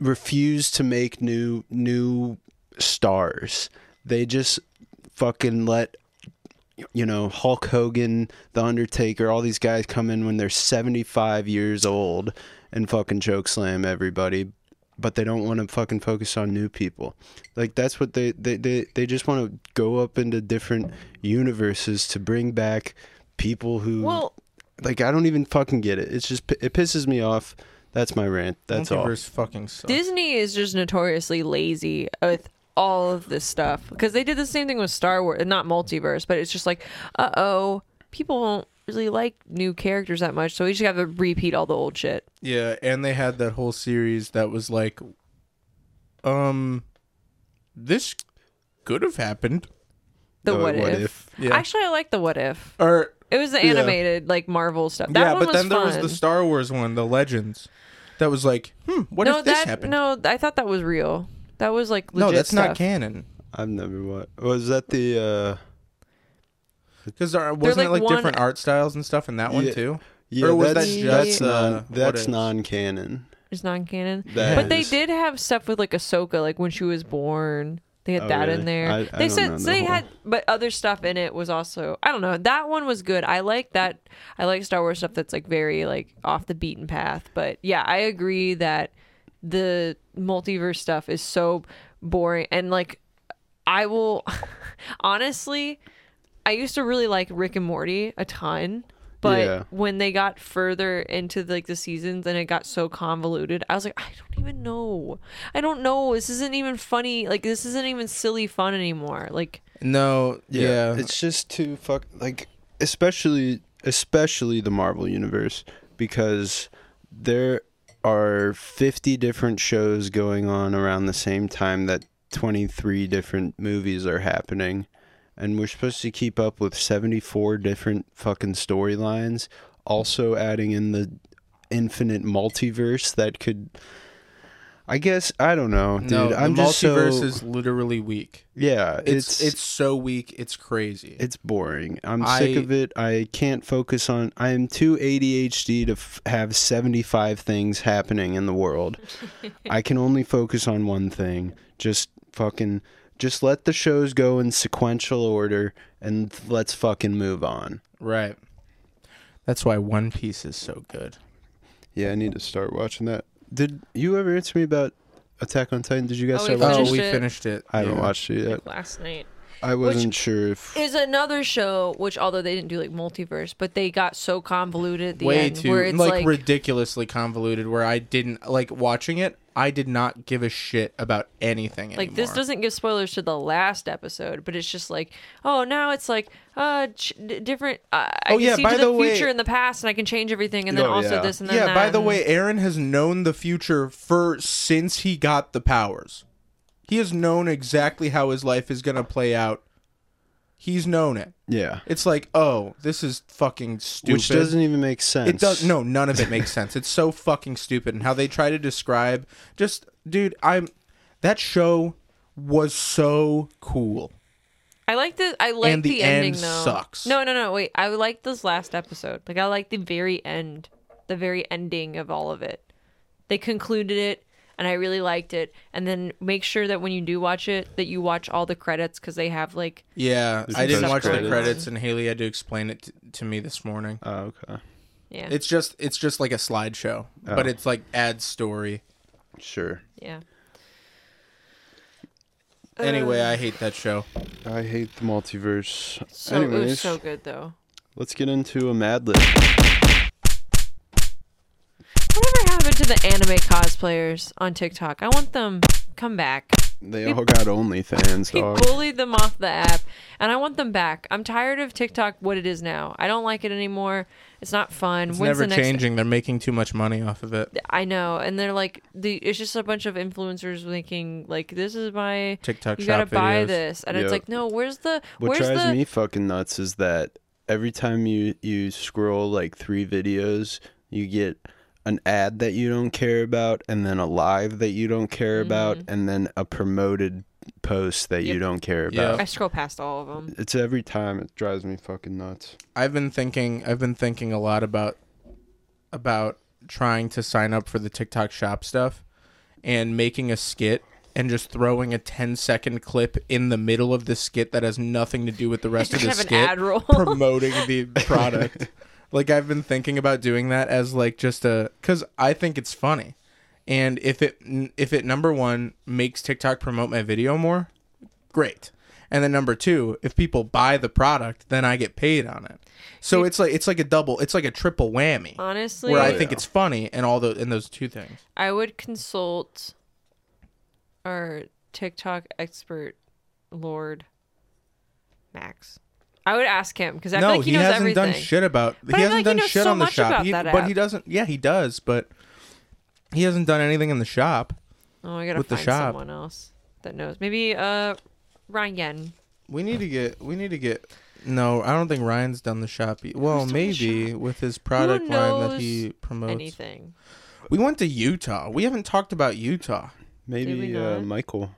[SPEAKER 2] refuse to make new new stars they just fucking let you know Hulk Hogan, The Undertaker, all these guys come in when they're 75 years old and fucking choke slam everybody, but they don't want to fucking focus on new people. Like that's what they they they, they just want to go up into different universes to bring back people who
[SPEAKER 3] Well,
[SPEAKER 2] like I don't even fucking get it. It's just it pisses me off. That's my rant. That's all.
[SPEAKER 1] multiverse fucking sucks.
[SPEAKER 3] Disney is just notoriously lazy with all of this stuff because they did the same thing with Star Wars, not multiverse, but it's just like, uh oh, people won't really like new characters that much, so we just have to repeat all the old shit.
[SPEAKER 1] yeah, and they had that whole series that was like um this could have happened.
[SPEAKER 3] The
[SPEAKER 2] Uh,
[SPEAKER 3] what,
[SPEAKER 2] what
[SPEAKER 3] if.
[SPEAKER 2] if?
[SPEAKER 1] Yeah.
[SPEAKER 3] Actually, I like the what if.
[SPEAKER 1] Or
[SPEAKER 3] It was the
[SPEAKER 1] Yeah.
[SPEAKER 3] animated like Marvel stuff. That
[SPEAKER 1] yeah,
[SPEAKER 3] one
[SPEAKER 1] but
[SPEAKER 3] was
[SPEAKER 1] then there
[SPEAKER 3] fun.
[SPEAKER 1] was the Star Wars one, the Legends. That was like, hmm, what
[SPEAKER 3] no,
[SPEAKER 1] if this
[SPEAKER 3] that
[SPEAKER 1] happened?
[SPEAKER 3] no, I thought that was real. That was like
[SPEAKER 1] No,
[SPEAKER 3] legit
[SPEAKER 1] that's
[SPEAKER 3] stuff.
[SPEAKER 1] not canon.
[SPEAKER 2] I've never what was that the uh
[SPEAKER 1] Because wasn't it
[SPEAKER 3] like,
[SPEAKER 1] like
[SPEAKER 3] one-
[SPEAKER 1] different art styles and stuff in that one
[SPEAKER 2] Yeah.
[SPEAKER 1] too?
[SPEAKER 2] yeah
[SPEAKER 1] Or was
[SPEAKER 2] that's
[SPEAKER 3] that
[SPEAKER 2] that's
[SPEAKER 3] just,
[SPEAKER 1] uh,
[SPEAKER 2] non
[SPEAKER 1] what
[SPEAKER 2] that's
[SPEAKER 1] if?
[SPEAKER 2] non canon.
[SPEAKER 3] It's non canon.
[SPEAKER 2] That
[SPEAKER 3] But they
[SPEAKER 2] is-
[SPEAKER 3] did have stuff with like Ahsoka, like when she was born. They had
[SPEAKER 2] Oh,
[SPEAKER 3] that
[SPEAKER 2] really?
[SPEAKER 3] in there.
[SPEAKER 2] I- I
[SPEAKER 3] they
[SPEAKER 2] don't know
[SPEAKER 3] said
[SPEAKER 2] the
[SPEAKER 3] so they
[SPEAKER 2] whole-
[SPEAKER 3] had, but other stuff in it was also. I don't know. That one was good. I like that. I like Star Wars stuff that's like very like off the beaten path. But yeah, I agree that the multiverse stuff is so boring and like I will *laughs* honestly I used to really like Rick and Morty a ton, but
[SPEAKER 2] Yeah.
[SPEAKER 3] when they got further into like the seasons and it got so convoluted, I was like, I don't even know. I don't know. This isn't even funny. Like this isn't even silly fun anymore. Like
[SPEAKER 1] No, yeah.
[SPEAKER 2] It's just too fuck like especially especially the Marvel universe because there are 50 different shows going on around the same time that 23 different movies are happening and we're supposed to keep up with 74 different fucking storylines also adding in the infinite multiverse that could I guess I don't know, dude.
[SPEAKER 1] no,
[SPEAKER 2] I'm
[SPEAKER 1] the
[SPEAKER 2] just
[SPEAKER 1] multiverse
[SPEAKER 2] so
[SPEAKER 1] is literally weak.
[SPEAKER 2] yeah.
[SPEAKER 1] It's, it's so weak, it's crazy.
[SPEAKER 2] it's boring. I'm
[SPEAKER 1] I-
[SPEAKER 2] sick of it. I can't focus on. I am too ADHD to f- have 75 things happening in
[SPEAKER 1] *laughs*
[SPEAKER 2] the world. I can only focus on one thing. Just fucking. Just let the shows go in sequential order and let's fucking move on.
[SPEAKER 1] right. That's why One Piece is so good.
[SPEAKER 2] Yeah, I need to start watching that. Did you ever answer me about Attack on Titan? Did you guys
[SPEAKER 3] Oh, we
[SPEAKER 2] start
[SPEAKER 3] finished
[SPEAKER 2] watching?
[SPEAKER 1] oh, we
[SPEAKER 3] it.
[SPEAKER 1] finished it.
[SPEAKER 2] I haven't
[SPEAKER 1] Yeah.
[SPEAKER 2] watched it yet.
[SPEAKER 3] last night.
[SPEAKER 2] I wasn't sure if
[SPEAKER 3] is another show which although they didn't do like multiverse but they got so convoluted at the
[SPEAKER 1] way
[SPEAKER 3] end
[SPEAKER 1] too
[SPEAKER 3] where it's
[SPEAKER 1] like,
[SPEAKER 3] like,
[SPEAKER 1] ridiculously convoluted where I didn't like watching it. I did not give a shit about anything
[SPEAKER 3] like
[SPEAKER 1] anymore.
[SPEAKER 3] this doesn't give spoilers to the last episode but it's just like oh now it's like uh ch- d- different uh,
[SPEAKER 1] Oh,
[SPEAKER 3] i can
[SPEAKER 1] yeah,
[SPEAKER 3] see
[SPEAKER 1] by
[SPEAKER 3] to the,
[SPEAKER 1] the way-
[SPEAKER 3] future and the past and i can change everything and then
[SPEAKER 2] Oh,
[SPEAKER 3] also
[SPEAKER 2] yeah.
[SPEAKER 3] this and then
[SPEAKER 1] yeah,
[SPEAKER 3] that
[SPEAKER 1] by the
[SPEAKER 3] and-
[SPEAKER 1] way, Aaron has known the future for since he got the powers. He has known exactly how his life is going to play out. He's known it.
[SPEAKER 2] yeah,
[SPEAKER 1] It's like, "Oh, this is fucking stupid."
[SPEAKER 2] which doesn't even make sense.
[SPEAKER 1] It does no, none of it makes sense. It's
[SPEAKER 2] *laughs*
[SPEAKER 1] so fucking stupid and how they try to describe just dude, I'm that show was so cool.
[SPEAKER 3] i like the i like
[SPEAKER 1] And the
[SPEAKER 3] ending
[SPEAKER 1] end
[SPEAKER 3] though
[SPEAKER 1] sucks.
[SPEAKER 3] no no no wait i like this last episode like i like the very end the very ending of all of it they concluded it and i really liked it and then make sure that when you do watch it that you watch all the credits because they have like
[SPEAKER 1] Yeah,
[SPEAKER 2] There's
[SPEAKER 1] I didn't
[SPEAKER 2] some
[SPEAKER 1] watch the
[SPEAKER 2] credits.
[SPEAKER 1] credits and Haley had to explain it t- to me this morning.
[SPEAKER 2] Oh, okay,
[SPEAKER 3] yeah
[SPEAKER 1] It's just it's just like a slideshow, but
[SPEAKER 2] Oh.
[SPEAKER 1] it's like ad story.
[SPEAKER 2] sure.
[SPEAKER 3] yeah
[SPEAKER 1] Anyway, I hate that show.
[SPEAKER 2] I hate the multiverse.
[SPEAKER 3] so it
[SPEAKER 2] Anyways,
[SPEAKER 3] was so good though
[SPEAKER 2] let's get into a Mad Lib.
[SPEAKER 3] Whatever happened to the anime cosplayers on TikTok? I want them come back.
[SPEAKER 2] They all got OnlyFans.
[SPEAKER 3] He
[SPEAKER 2] dog.
[SPEAKER 3] bullied them off the app, and I want them back. I'm tired of TikTok what it is now. I don't like it anymore. It's not fun.
[SPEAKER 1] It's
[SPEAKER 3] When's
[SPEAKER 1] never
[SPEAKER 3] the next?
[SPEAKER 1] changing. They're making too much money off of it.
[SPEAKER 3] I know, and they're like, the, it's just a bunch of influencers thinking like, this is my
[SPEAKER 1] TikTok
[SPEAKER 3] You
[SPEAKER 1] shop
[SPEAKER 3] gotta buy
[SPEAKER 1] videos.
[SPEAKER 3] this, and
[SPEAKER 2] Yeah.
[SPEAKER 3] it's like, no, where's the
[SPEAKER 2] What
[SPEAKER 3] where's
[SPEAKER 2] drives
[SPEAKER 3] the
[SPEAKER 2] me fucking nuts is that every time you you scroll like three videos, you get an ad that you don't care about, and then a live that you don't care about, and then a promoted post that you
[SPEAKER 3] Mm. Yep.
[SPEAKER 2] don't care about.
[SPEAKER 3] I scroll past all of them.
[SPEAKER 2] It's every time it drives me fucking nuts.
[SPEAKER 1] I've been thinking I've been thinking a lot about about trying to sign up for the TikTok shop stuff and making a skit and just throwing a 10 second clip in the middle of the skit that has nothing to do with the
[SPEAKER 3] *laughs*
[SPEAKER 1] rest of
[SPEAKER 3] Just
[SPEAKER 1] the
[SPEAKER 3] have
[SPEAKER 1] skit
[SPEAKER 3] an ad
[SPEAKER 1] *laughs*
[SPEAKER 3] roll.
[SPEAKER 1] promoting the product. like I've been thinking about doing that as like just a cuz I think it's funny. And if it if it number 1 makes TikTok promote my video more, great. And then number two, if people buy the product, then I get paid on it. So it's like it's like a double, it's like a triple whammy.
[SPEAKER 3] Honestly,
[SPEAKER 1] Where
[SPEAKER 2] Oh,
[SPEAKER 1] I
[SPEAKER 2] yeah.
[SPEAKER 1] think it's funny and all those and those two things.
[SPEAKER 3] I would consult our TikTok expert, Lord Max. I would ask him because I feel
[SPEAKER 1] no,
[SPEAKER 3] like he,
[SPEAKER 1] he,
[SPEAKER 3] knows
[SPEAKER 1] hasn't done
[SPEAKER 3] everything.
[SPEAKER 1] shit about.
[SPEAKER 3] I
[SPEAKER 1] he
[SPEAKER 3] feel
[SPEAKER 1] hasn't
[SPEAKER 3] like he
[SPEAKER 1] done
[SPEAKER 3] knows
[SPEAKER 1] shit
[SPEAKER 3] so
[SPEAKER 1] on the
[SPEAKER 3] much
[SPEAKER 1] shop.
[SPEAKER 3] about
[SPEAKER 1] He-
[SPEAKER 3] that
[SPEAKER 1] but
[SPEAKER 3] app.
[SPEAKER 1] he doesn't. Yeah, he does, but he hasn't done anything in the shop.
[SPEAKER 3] Oh, I gotta
[SPEAKER 1] with the
[SPEAKER 3] find
[SPEAKER 1] shop.
[SPEAKER 3] someone else that knows. Maybe uh, Ryan Yen.
[SPEAKER 1] We need to get. We need to get. No, I don't think Ryan's done the shop. e- Well,
[SPEAKER 3] done the
[SPEAKER 1] maybe with his product line that
[SPEAKER 3] knows
[SPEAKER 1] he promotes.
[SPEAKER 3] Anything.
[SPEAKER 1] We went to Utah. We haven't talked about Utah.
[SPEAKER 2] Maybe uh,
[SPEAKER 3] not?
[SPEAKER 2] Michael.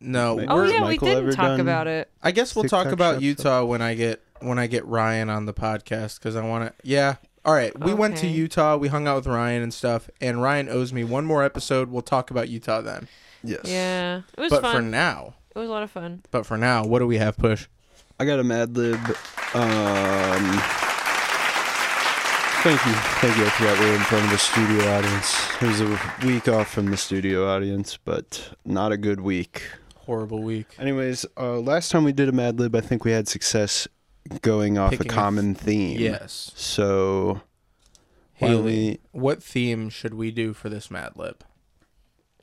[SPEAKER 1] No,
[SPEAKER 2] Maybe.
[SPEAKER 1] we're,
[SPEAKER 3] Oh yeah,
[SPEAKER 2] Michael
[SPEAKER 3] we didn't
[SPEAKER 2] ever
[SPEAKER 3] talk
[SPEAKER 2] done-
[SPEAKER 3] about it.
[SPEAKER 1] I guess we'll
[SPEAKER 2] TikTok
[SPEAKER 1] talk about
[SPEAKER 2] shop, so-
[SPEAKER 1] Utah when I get when I get Ryan on the podcast because I want to. Yeah. All right. We went to
[SPEAKER 3] Okay.
[SPEAKER 1] Utah. We hung out with Ryan and stuff. And Ryan owes me one more episode. We'll talk about Utah then.
[SPEAKER 2] Yes.
[SPEAKER 3] Yeah, it was
[SPEAKER 1] But for
[SPEAKER 3] fun.
[SPEAKER 1] now,
[SPEAKER 3] It was a lot of fun.
[SPEAKER 1] but for now, what do we have? Push.
[SPEAKER 2] I got a Mad Lib. Um, thank you, thank you. I forgot we were in front of a studio audience. It was a week off from the studio audience, but not a good week.
[SPEAKER 1] Horrible week.
[SPEAKER 2] Anyways, uh, last time we did a Mad Lib, I think we had success going off
[SPEAKER 1] Picking a
[SPEAKER 2] a common theme.
[SPEAKER 1] Yes.
[SPEAKER 2] So why don't
[SPEAKER 1] Haley,
[SPEAKER 2] we-
[SPEAKER 1] what theme should we do for this Mad Lib?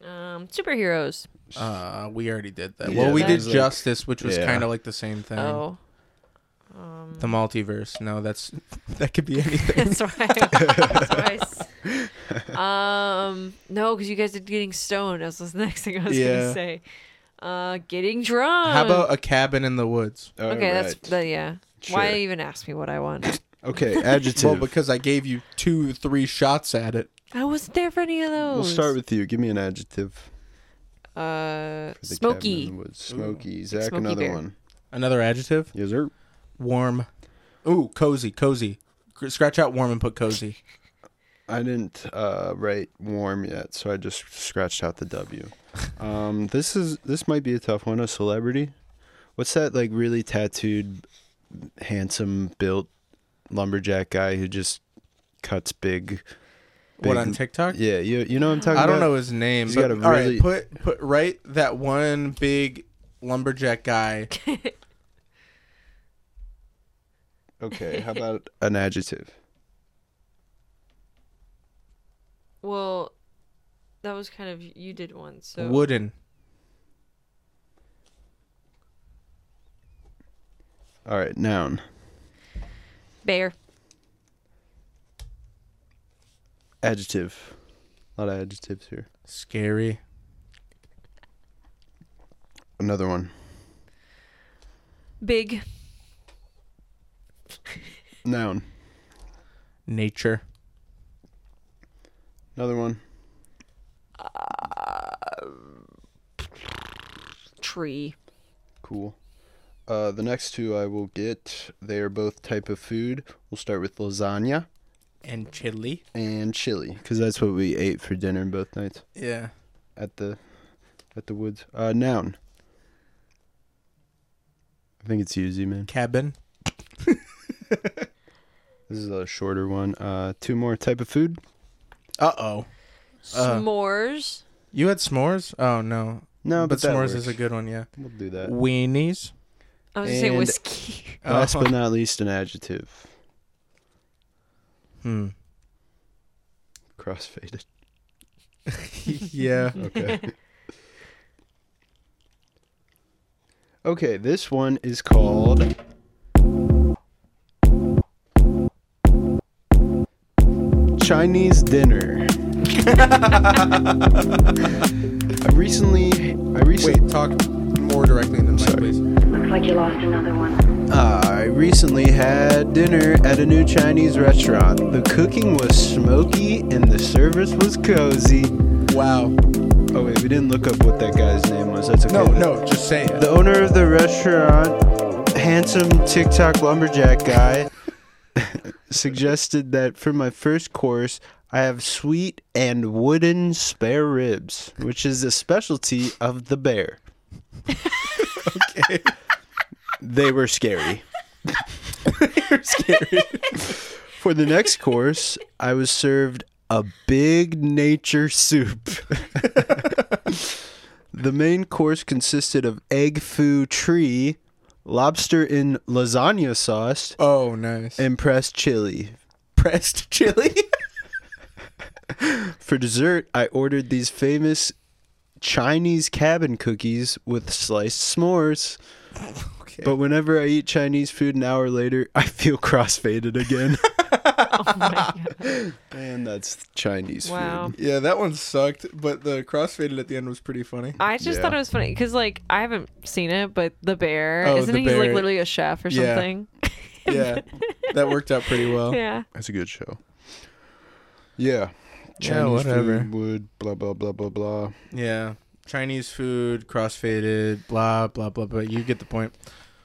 [SPEAKER 3] Um, superheroes.
[SPEAKER 1] Uh, we already did that.
[SPEAKER 2] Yeah,
[SPEAKER 1] well, we
[SPEAKER 3] that
[SPEAKER 1] did
[SPEAKER 2] was like-
[SPEAKER 1] Justice, which was
[SPEAKER 2] Yeah.
[SPEAKER 1] kind of like the same thing.
[SPEAKER 3] Oh, Um,
[SPEAKER 1] The multiverse. No, that's *laughs* that could be
[SPEAKER 3] *laughs*
[SPEAKER 1] anything.
[SPEAKER 2] *laughs*
[SPEAKER 3] that's why. that's why. I s- um, no, because you guys did getting stoned. That's the next thing I was
[SPEAKER 1] Yeah.
[SPEAKER 3] gonna say. Uh, getting drunk.
[SPEAKER 1] How about a cabin in the woods?
[SPEAKER 2] All
[SPEAKER 3] Okay,
[SPEAKER 2] right.
[SPEAKER 3] that's that, yeah.
[SPEAKER 2] Sure.
[SPEAKER 3] Why even ask me what I want? *laughs*
[SPEAKER 2] okay. Adjective.
[SPEAKER 1] Well, because I gave you two, three shots at it.
[SPEAKER 3] I wasn't there for any of those.
[SPEAKER 2] we'll start with you. Give me an adjective. for the
[SPEAKER 3] uh,
[SPEAKER 2] cabin in
[SPEAKER 3] smoky.
[SPEAKER 2] the woods. Smoky. Zach,
[SPEAKER 3] Smoky
[SPEAKER 2] another
[SPEAKER 3] bear.
[SPEAKER 2] one.
[SPEAKER 1] Another adjective.
[SPEAKER 2] Yes, sir.
[SPEAKER 1] Warm. Ooh, cozy, cozy. Gr- Scratch out warm and put cozy.
[SPEAKER 2] I didn't uh, write warm yet, so I just scratched out the W. Um, this is this might be a tough one. A celebrity. What's that like? Really tattooed, handsome, built lumberjack guy who just cuts big.
[SPEAKER 1] What
[SPEAKER 2] big-
[SPEAKER 1] on TikTok?
[SPEAKER 2] Yeah, you you know what I'm talking.
[SPEAKER 1] I don't
[SPEAKER 2] about?
[SPEAKER 1] know his name.
[SPEAKER 2] He's
[SPEAKER 1] but,
[SPEAKER 2] got a
[SPEAKER 1] all right,
[SPEAKER 2] really-
[SPEAKER 1] put put right that one big lumberjack guy.
[SPEAKER 2] Okay, how about an adjective?
[SPEAKER 3] Well, that was kind of you did one. So
[SPEAKER 1] Wooden.
[SPEAKER 2] All right, noun.
[SPEAKER 3] bear.
[SPEAKER 2] Adjective. A lot of adjectives here.
[SPEAKER 1] Scary.
[SPEAKER 2] Another one.
[SPEAKER 3] Big.
[SPEAKER 2] Noun.
[SPEAKER 1] Nature.
[SPEAKER 2] Another one.
[SPEAKER 3] Tree.
[SPEAKER 2] Cool. Uh, the next two I will get. They are both type of food. We'll start with lasagna
[SPEAKER 1] And chili.
[SPEAKER 2] and chili, because that's what we ate for dinner both nights
[SPEAKER 1] Yeah.
[SPEAKER 2] at the at the woods. Uh, noun. I think it's Yuzi, man.
[SPEAKER 1] Cabin.
[SPEAKER 2] This is a shorter one. Uh, two more type of food.
[SPEAKER 1] Uh oh.
[SPEAKER 2] Uh.
[SPEAKER 3] S'mores.
[SPEAKER 1] You had s'mores? Oh no.
[SPEAKER 2] No,
[SPEAKER 1] but,
[SPEAKER 2] but, that
[SPEAKER 1] s'mores
[SPEAKER 2] works.
[SPEAKER 1] is a good one, yeah.
[SPEAKER 2] We'll do that.
[SPEAKER 1] Weenies.
[SPEAKER 3] I was gonna say
[SPEAKER 2] and-
[SPEAKER 3] whiskey. *laughs*
[SPEAKER 2] Last *laughs*
[SPEAKER 1] Oh.
[SPEAKER 2] but not least, an adjective.
[SPEAKER 1] Hmm.
[SPEAKER 2] Crossfaded.
[SPEAKER 1] *laughs* yeah. *laughs*
[SPEAKER 2] Okay. okay, this one is called.
[SPEAKER 1] *laughs*
[SPEAKER 2] Chinese dinner. I recently, I recently,
[SPEAKER 1] Wait, talk more directly in the mic,
[SPEAKER 2] Sorry.
[SPEAKER 1] please.
[SPEAKER 4] Looks like you lost another one.
[SPEAKER 2] uh, I recently had dinner at a new Chinese restaurant. The cooking was smoky and the service was cozy.
[SPEAKER 1] Wow.
[SPEAKER 2] Oh wait, we didn't look up what that guy's name was. That's okay.
[SPEAKER 1] No,
[SPEAKER 2] The-
[SPEAKER 1] no, just say it.
[SPEAKER 2] The owner of the restaurant, handsome TikTok lumberjack guy, *laughs* suggested that for my first course, I have sweet and wooden spare ribs, which is a specialty of the bear. *laughs*
[SPEAKER 1] Okay.
[SPEAKER 2] They were scary.
[SPEAKER 1] You're scary.
[SPEAKER 2] For the next course, I was served a big nature soup. the main course consisted of egg foo tree, lobster in lasagna sauce,
[SPEAKER 1] Oh, nice.
[SPEAKER 2] and pressed chili. *laughs*
[SPEAKER 1] Pressed chili.
[SPEAKER 2] For dessert, I ordered these famous Chinese cabin cookies with sliced s'mores.
[SPEAKER 1] okay.
[SPEAKER 2] But whenever I eat Chinese food an hour later, *laughs* I feel crossfaded again.
[SPEAKER 3] *laughs* Oh my god.
[SPEAKER 2] and that's Chinese
[SPEAKER 3] Wow.
[SPEAKER 2] food.
[SPEAKER 1] yeah, that one sucked, but the crossfaded at the end was pretty
[SPEAKER 3] *laughs*
[SPEAKER 1] funny.
[SPEAKER 3] I just
[SPEAKER 2] Yeah.
[SPEAKER 3] thought it was funny because like I haven't seen it, but the bear
[SPEAKER 1] Oh,
[SPEAKER 3] isn't
[SPEAKER 1] the
[SPEAKER 3] he
[SPEAKER 1] bear.
[SPEAKER 3] like literally a chef or
[SPEAKER 1] Yeah. Oh.
[SPEAKER 3] something?
[SPEAKER 1] Yeah. that worked out pretty well.
[SPEAKER 3] yeah.
[SPEAKER 2] That's a good show. Yeah.
[SPEAKER 1] Yeah, whatever.
[SPEAKER 2] food, wood, blah, blah, blah, blah, blah.
[SPEAKER 1] Yeah. Chinese food, crossfaded, blah, blah, blah, blah. You get the point.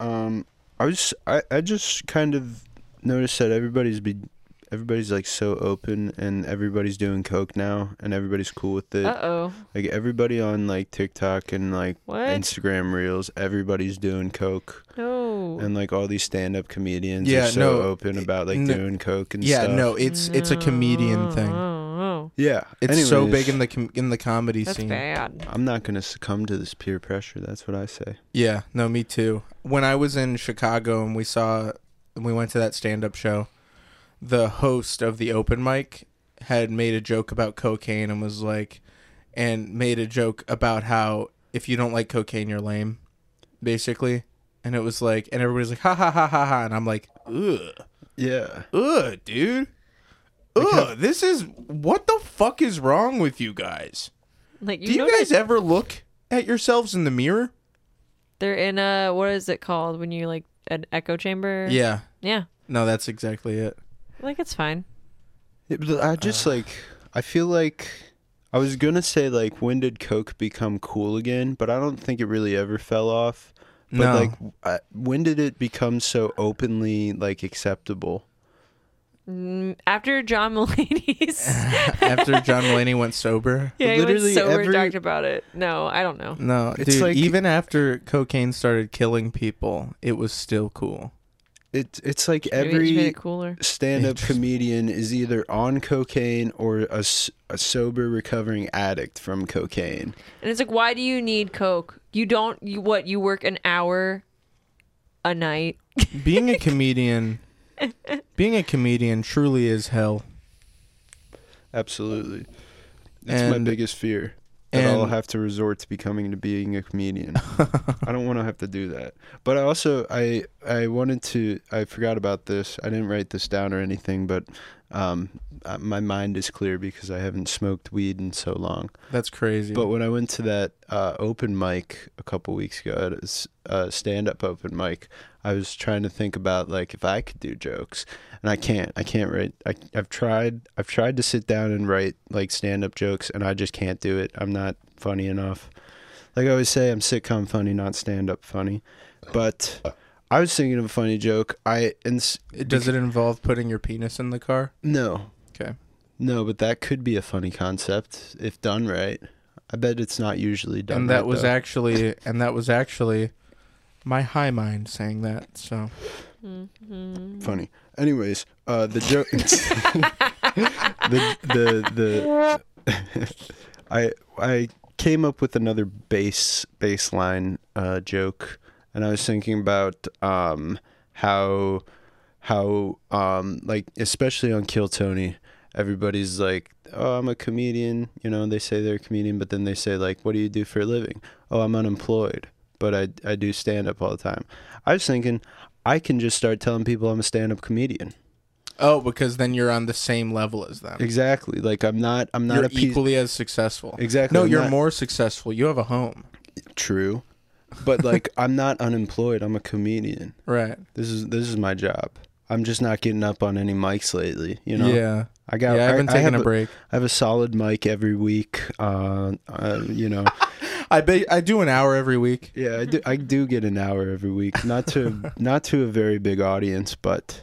[SPEAKER 2] Um, I was I, I just kind of noticed that everybody's be everybody's like so open and everybody's doing coke now and everybody's cool with it.
[SPEAKER 3] Uh oh.
[SPEAKER 2] Like everybody on like TikTok and like
[SPEAKER 3] What?
[SPEAKER 2] Instagram Reels, everybody's doing coke,
[SPEAKER 3] No.
[SPEAKER 2] and like all these stand-up comedians
[SPEAKER 1] Yeah,
[SPEAKER 2] are so
[SPEAKER 1] no,
[SPEAKER 2] open about like
[SPEAKER 1] no-
[SPEAKER 2] doing coke and
[SPEAKER 1] Yeah,
[SPEAKER 2] stuff.
[SPEAKER 1] no, it's it's a comedian
[SPEAKER 3] No,
[SPEAKER 1] thing.
[SPEAKER 3] no, no.
[SPEAKER 2] yeah,
[SPEAKER 1] It's so
[SPEAKER 2] Anyways,
[SPEAKER 1] big in the com- in the comedy
[SPEAKER 3] oh, That's
[SPEAKER 1] scene.
[SPEAKER 3] bad.
[SPEAKER 2] I'm not gonna succumb to this peer pressure. That's what I say.
[SPEAKER 1] Yeah, no, me too. When I was in Chicago and we saw, we went to that stand up show, the host of the open mic had made a joke about cocaine and was like, and made a joke about how if you don't like cocaine, you're lame, basically. And it was like, and everybody's like, ha ha ha ha ha. And I'm like, ugh,
[SPEAKER 2] Yeah,
[SPEAKER 1] ugh, dude. Ugh, this is, what the fuck is wrong with you guys?
[SPEAKER 3] Like you,
[SPEAKER 1] Do
[SPEAKER 3] know
[SPEAKER 1] you guys
[SPEAKER 3] that
[SPEAKER 1] ever look at yourselves in the mirror?
[SPEAKER 3] they're in a what is it called when you like an echo chamber?
[SPEAKER 1] Yeah.
[SPEAKER 3] Yeah.
[SPEAKER 1] No, that's exactly it.
[SPEAKER 3] Like it's fine.
[SPEAKER 2] It- but I just like I feel like I was gonna say like when did coke become cool again, but I don't think it really ever fell off. But
[SPEAKER 1] No.
[SPEAKER 2] like, I, when did it become so openly like acceptable?
[SPEAKER 3] Mm, After
[SPEAKER 1] *laughs*
[SPEAKER 3] John Mulaney's,
[SPEAKER 1] after John Mulaney went
[SPEAKER 2] *laughs*
[SPEAKER 1] sober.
[SPEAKER 3] yeah, he was
[SPEAKER 2] Literally
[SPEAKER 3] sober
[SPEAKER 2] every-
[SPEAKER 3] talked about it. No, I don't know.
[SPEAKER 1] No,
[SPEAKER 2] It's
[SPEAKER 1] dude.
[SPEAKER 2] like-
[SPEAKER 1] even after cocaine started killing people, it was still cool.
[SPEAKER 2] It, it's like
[SPEAKER 3] Maybe it just made
[SPEAKER 2] every
[SPEAKER 3] it cooler.
[SPEAKER 2] stand-up comedian is either on cocaine or a, s- a sober recovering addict from cocaine.
[SPEAKER 3] And it's like, why do you need coke? You don't. You what? You work an hour a night.
[SPEAKER 1] being
[SPEAKER 2] *laughs*
[SPEAKER 1] a comedian being a comedian truly is hell
[SPEAKER 2] Absolutely. It's my
[SPEAKER 1] And-
[SPEAKER 2] biggest fear that I'll
[SPEAKER 1] and-
[SPEAKER 2] have to resort to becoming to being a comedian. I don't want to have to do that. But I also I I wanted to I forgot about this. I didn't write this down or anything, but um uh, my mind is clear because I haven't smoked weed in so long.
[SPEAKER 1] that's crazy
[SPEAKER 2] But when I went to that uh, open mic a couple weeks ago, at a s- uh, stand-up open mic, I was trying to think about like if I could do jokes, and I can't. I can't write. I, I've tried. I've tried to sit down and write like stand-up jokes, and I just can't do it. I'm not funny enough. Like I always say, I'm sitcom funny, not stand-up funny. But I was thinking of a funny joke. I and s-
[SPEAKER 1] does it involve putting your penis in the car
[SPEAKER 2] no,
[SPEAKER 1] okay
[SPEAKER 2] no, but that could be a funny concept if done right. I bet it's not usually done.
[SPEAKER 1] and that
[SPEAKER 2] right,
[SPEAKER 1] was
[SPEAKER 2] though.
[SPEAKER 1] actually and that was actually my high mind saying that so
[SPEAKER 2] funny. Anyways, uh, the joke, the *laughs* the the, *laughs* I I came up with another base baseline uh, joke, and I was thinking about um how how um like especially on Kill Tony, everybody's like, oh, I'm a comedian. You know, they say they're a comedian, but then they say like, what do you do for a living? Oh, I'm unemployed, but I I do stand up all the time. I was thinking. I can just start telling people I'm a stand-up comedian.
[SPEAKER 1] oh because then you're on the same level as them
[SPEAKER 2] Exactly. Like I'm not. I'm not
[SPEAKER 1] you're
[SPEAKER 2] a piece.
[SPEAKER 1] equally as successful
[SPEAKER 2] Exactly,
[SPEAKER 1] no
[SPEAKER 2] I'm
[SPEAKER 1] you're
[SPEAKER 2] not-
[SPEAKER 1] more successful you have a home
[SPEAKER 2] True, but like I'm not unemployed. I'm a comedian.
[SPEAKER 1] right
[SPEAKER 2] This is this is my job. I'm just not getting up on any mics lately. You know.
[SPEAKER 1] yeah
[SPEAKER 2] I got.
[SPEAKER 1] yeah
[SPEAKER 2] I,
[SPEAKER 1] i've been
[SPEAKER 2] I
[SPEAKER 1] taking
[SPEAKER 2] have
[SPEAKER 1] a break
[SPEAKER 2] I have a solid mic every week. Uh, uh you know.
[SPEAKER 1] i bet i do an hour every week
[SPEAKER 2] yeah, I do. I do get an hour every week.
[SPEAKER 1] *laughs*
[SPEAKER 2] Not to not to a very big audience, but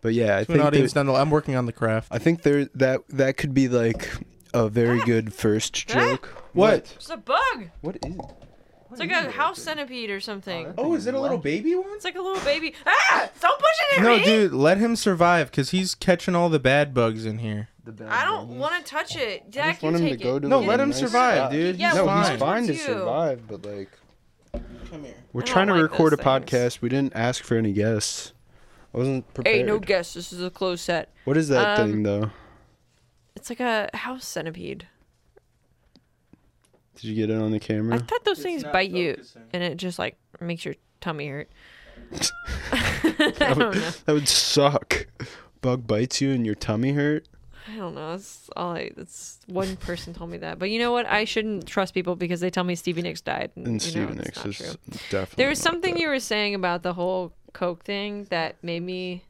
[SPEAKER 2] but yeah, I
[SPEAKER 1] to
[SPEAKER 2] think
[SPEAKER 1] an
[SPEAKER 2] that-
[SPEAKER 1] audience down the- i'm working on the craft
[SPEAKER 2] I think there that that could be like a very good first joke.
[SPEAKER 1] What?
[SPEAKER 3] It's a bug.
[SPEAKER 2] What is?
[SPEAKER 3] It's like a house centipede or something.
[SPEAKER 1] oh is it a little baby one
[SPEAKER 3] It's like a little baby. Ah! Don't push it at
[SPEAKER 1] no
[SPEAKER 3] me.
[SPEAKER 1] dude let him survive because he's catching all the bad bugs in here
[SPEAKER 3] I don't want to touch it. Dad,
[SPEAKER 2] just want
[SPEAKER 3] you
[SPEAKER 2] him to
[SPEAKER 3] take
[SPEAKER 2] go
[SPEAKER 3] it.
[SPEAKER 2] to
[SPEAKER 1] No,
[SPEAKER 2] a
[SPEAKER 1] let him
[SPEAKER 2] nice
[SPEAKER 1] survive,
[SPEAKER 2] spot.
[SPEAKER 1] dude.
[SPEAKER 3] Yeah,
[SPEAKER 2] no,
[SPEAKER 1] we'll
[SPEAKER 2] he's
[SPEAKER 1] let
[SPEAKER 2] fine
[SPEAKER 3] him
[SPEAKER 2] to
[SPEAKER 3] too.
[SPEAKER 2] survive, but like
[SPEAKER 1] come here
[SPEAKER 2] we're
[SPEAKER 3] I don't
[SPEAKER 2] trying to
[SPEAKER 3] like
[SPEAKER 2] record a
[SPEAKER 3] those things.
[SPEAKER 2] podcast. We didn't ask for any guests. I wasn't prepared.
[SPEAKER 3] Hey, no guess. This is a closed set.
[SPEAKER 2] what is that
[SPEAKER 3] Um,
[SPEAKER 2] thing though?
[SPEAKER 3] It's like a house centipede.
[SPEAKER 2] Did you get it on the
[SPEAKER 3] I
[SPEAKER 2] camera?
[SPEAKER 3] thought those things
[SPEAKER 1] not
[SPEAKER 3] bite you,
[SPEAKER 1] focusing.
[SPEAKER 3] and it just like makes your tummy
[SPEAKER 2] *laughs*
[SPEAKER 3] hurt. *laughs* I don't know.
[SPEAKER 2] that would suck. Bug bites you and your tummy hurt.
[SPEAKER 3] I don't know. That's all. I, that's one person told me that. But you know what? I shouldn't trust people because they tell me Stevie Nicks died. And,
[SPEAKER 2] And
[SPEAKER 3] you know,
[SPEAKER 2] Steven
[SPEAKER 3] it's
[SPEAKER 2] Nicks
[SPEAKER 3] not
[SPEAKER 2] is
[SPEAKER 3] true.
[SPEAKER 2] definitely.
[SPEAKER 3] There was
[SPEAKER 2] not
[SPEAKER 3] something
[SPEAKER 2] that.
[SPEAKER 3] you were saying about the whole Coke thing that made me.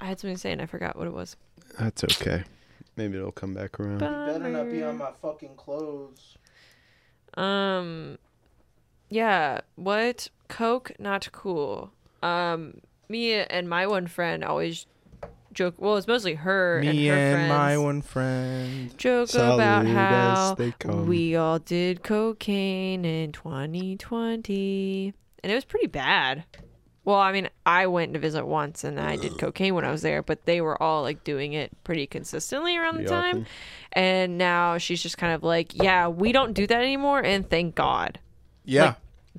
[SPEAKER 3] I had something to say and I forgot what it was.
[SPEAKER 2] That's okay. Maybe it'll come back around.
[SPEAKER 1] better not be on my fucking clothes
[SPEAKER 3] Um, yeah. What Coke? Not cool. Um, me and my one friend always joke. Well, it's mostly her and
[SPEAKER 1] me
[SPEAKER 3] her
[SPEAKER 1] and,
[SPEAKER 3] friends.
[SPEAKER 1] my one friend
[SPEAKER 3] joke
[SPEAKER 2] Solid
[SPEAKER 3] about
[SPEAKER 2] as
[SPEAKER 3] how
[SPEAKER 2] they come.
[SPEAKER 3] we all did cocaine in 2020 and it was pretty bad well i mean i went to visit once and
[SPEAKER 2] *sighs*
[SPEAKER 3] i did cocaine when i was there but they were all like doing it pretty consistently around the
[SPEAKER 2] Pretty
[SPEAKER 3] time
[SPEAKER 2] often.
[SPEAKER 3] and now she's just kind of like yeah we don't do that anymore and thank god
[SPEAKER 1] yeah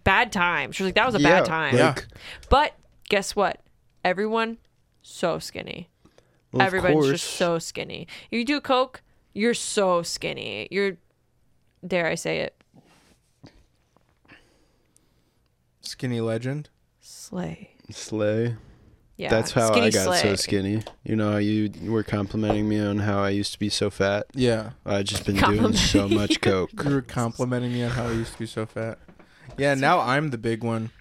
[SPEAKER 3] bad time she was like that was a
[SPEAKER 2] yeah,
[SPEAKER 3] bad time
[SPEAKER 1] Yeah.
[SPEAKER 2] Like,
[SPEAKER 3] but guess what everyone so skinny
[SPEAKER 2] well, of
[SPEAKER 3] Everybody's
[SPEAKER 2] course,
[SPEAKER 3] just so skinny. You do coke, you're so skinny. You're, dare I say it,
[SPEAKER 1] skinny legend
[SPEAKER 3] slay.
[SPEAKER 2] slay.
[SPEAKER 3] Yeah,
[SPEAKER 2] That's how
[SPEAKER 3] skinny
[SPEAKER 2] I got so
[SPEAKER 3] slay.
[SPEAKER 2] skinny. You know, how you were complimenting me on how I used to be so fat.
[SPEAKER 1] yeah
[SPEAKER 2] I just been doing so much coke.
[SPEAKER 3] *laughs*
[SPEAKER 1] you were complimenting me on how I used to be so fat. Yeah, now I'm the big one.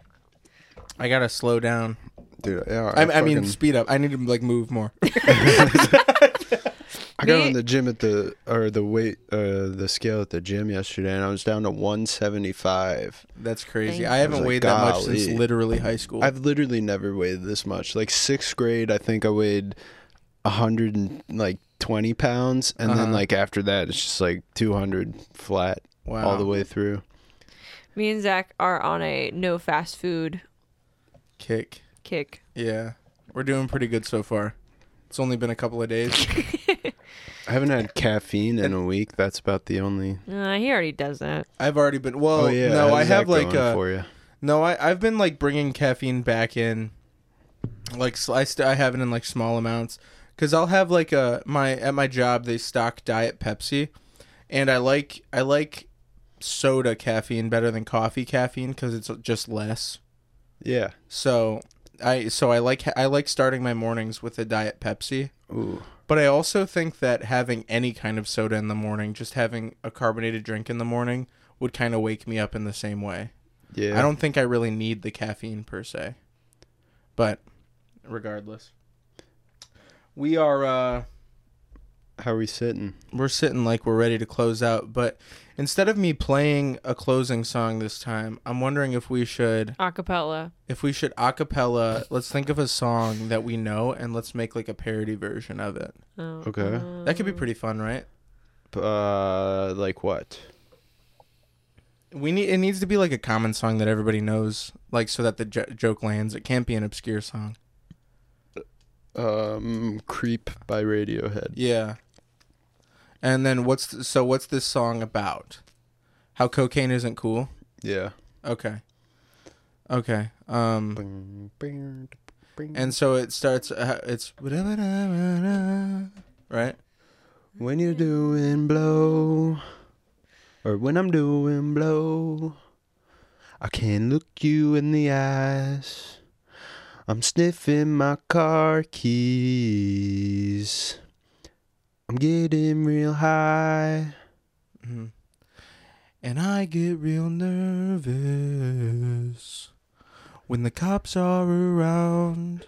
[SPEAKER 1] I gotta slow down.
[SPEAKER 2] Dude, yeah,
[SPEAKER 1] I, I mean,
[SPEAKER 2] fucking-
[SPEAKER 1] speed up. I need to like move more.
[SPEAKER 2] I got
[SPEAKER 3] They-
[SPEAKER 2] on the gym at the or the weight uh the scale at the gym yesterday, and I was down to 175.
[SPEAKER 1] That's crazy.
[SPEAKER 3] Thank
[SPEAKER 1] I haven't
[SPEAKER 2] you.
[SPEAKER 1] weighed that much since
[SPEAKER 2] Golly.
[SPEAKER 1] literally high school.
[SPEAKER 2] I've literally never weighed this much. Like sixth grade, I think I weighed 100 and like 20 pounds, and then
[SPEAKER 1] Uh-huh.
[SPEAKER 2] like after that, it's just like 200 flat
[SPEAKER 1] wow.
[SPEAKER 2] all the way through.
[SPEAKER 3] Me and Zach are on a no fast food
[SPEAKER 1] Kick.
[SPEAKER 3] kick.
[SPEAKER 1] Yeah, we're doing pretty good so far. It's only been a couple of days.
[SPEAKER 2] I haven't had caffeine in a week.
[SPEAKER 5] That's about the only.
[SPEAKER 3] Uh, he already does that.
[SPEAKER 1] I've already been. Well,
[SPEAKER 2] Oh, yeah,
[SPEAKER 1] no,
[SPEAKER 2] how's
[SPEAKER 1] I
[SPEAKER 2] that
[SPEAKER 1] have like
[SPEAKER 5] going
[SPEAKER 1] uh,
[SPEAKER 5] for you.
[SPEAKER 1] no, I I've been like bringing caffeine back in. Like s- I st- I have it in like small amounts because I'll have like a my at my job they stock diet Pepsi, and I like I like soda caffeine better than coffee caffeine because it's just less.
[SPEAKER 2] Yeah.
[SPEAKER 1] So I so I like I like starting my mornings with a diet Pepsi.
[SPEAKER 2] Ooh.
[SPEAKER 1] But I also think that having any kind of soda in the morning, just having a carbonated drink in the morning, would kind of wake me up in the same way.
[SPEAKER 2] Yeah.
[SPEAKER 1] I don't think I really need the caffeine per se. But regardless, we are uh
[SPEAKER 2] How are we sitting?
[SPEAKER 1] we're sitting like we're ready to close out, but instead of me playing a closing song this time, I'm wondering if we should
[SPEAKER 3] Acapella.
[SPEAKER 1] if we should a cappella, let's think of a song that we know and let's make like a parody version of it.
[SPEAKER 3] Oh,
[SPEAKER 2] Okay.
[SPEAKER 1] That could be pretty fun, right?
[SPEAKER 2] Uh, like what?
[SPEAKER 1] We need it needs to be like a common song that everybody knows, like so that the jo- joke lands. It can't be an obscure song.
[SPEAKER 2] Um, "Creep" by Radiohead.
[SPEAKER 1] Yeah. And then what's th- so what's this song about? How cocaine isn't cool.
[SPEAKER 2] Yeah.
[SPEAKER 1] Okay. Okay. Um.
[SPEAKER 2] And
[SPEAKER 1] And so it starts. Uh, it's right.
[SPEAKER 2] when you're doing blow, or when I'm doing blow, I can't look you in the eyes. I'm sniffing my car keys. I'm getting real high.
[SPEAKER 1] Mhm. And I get real nervous when the cops are around.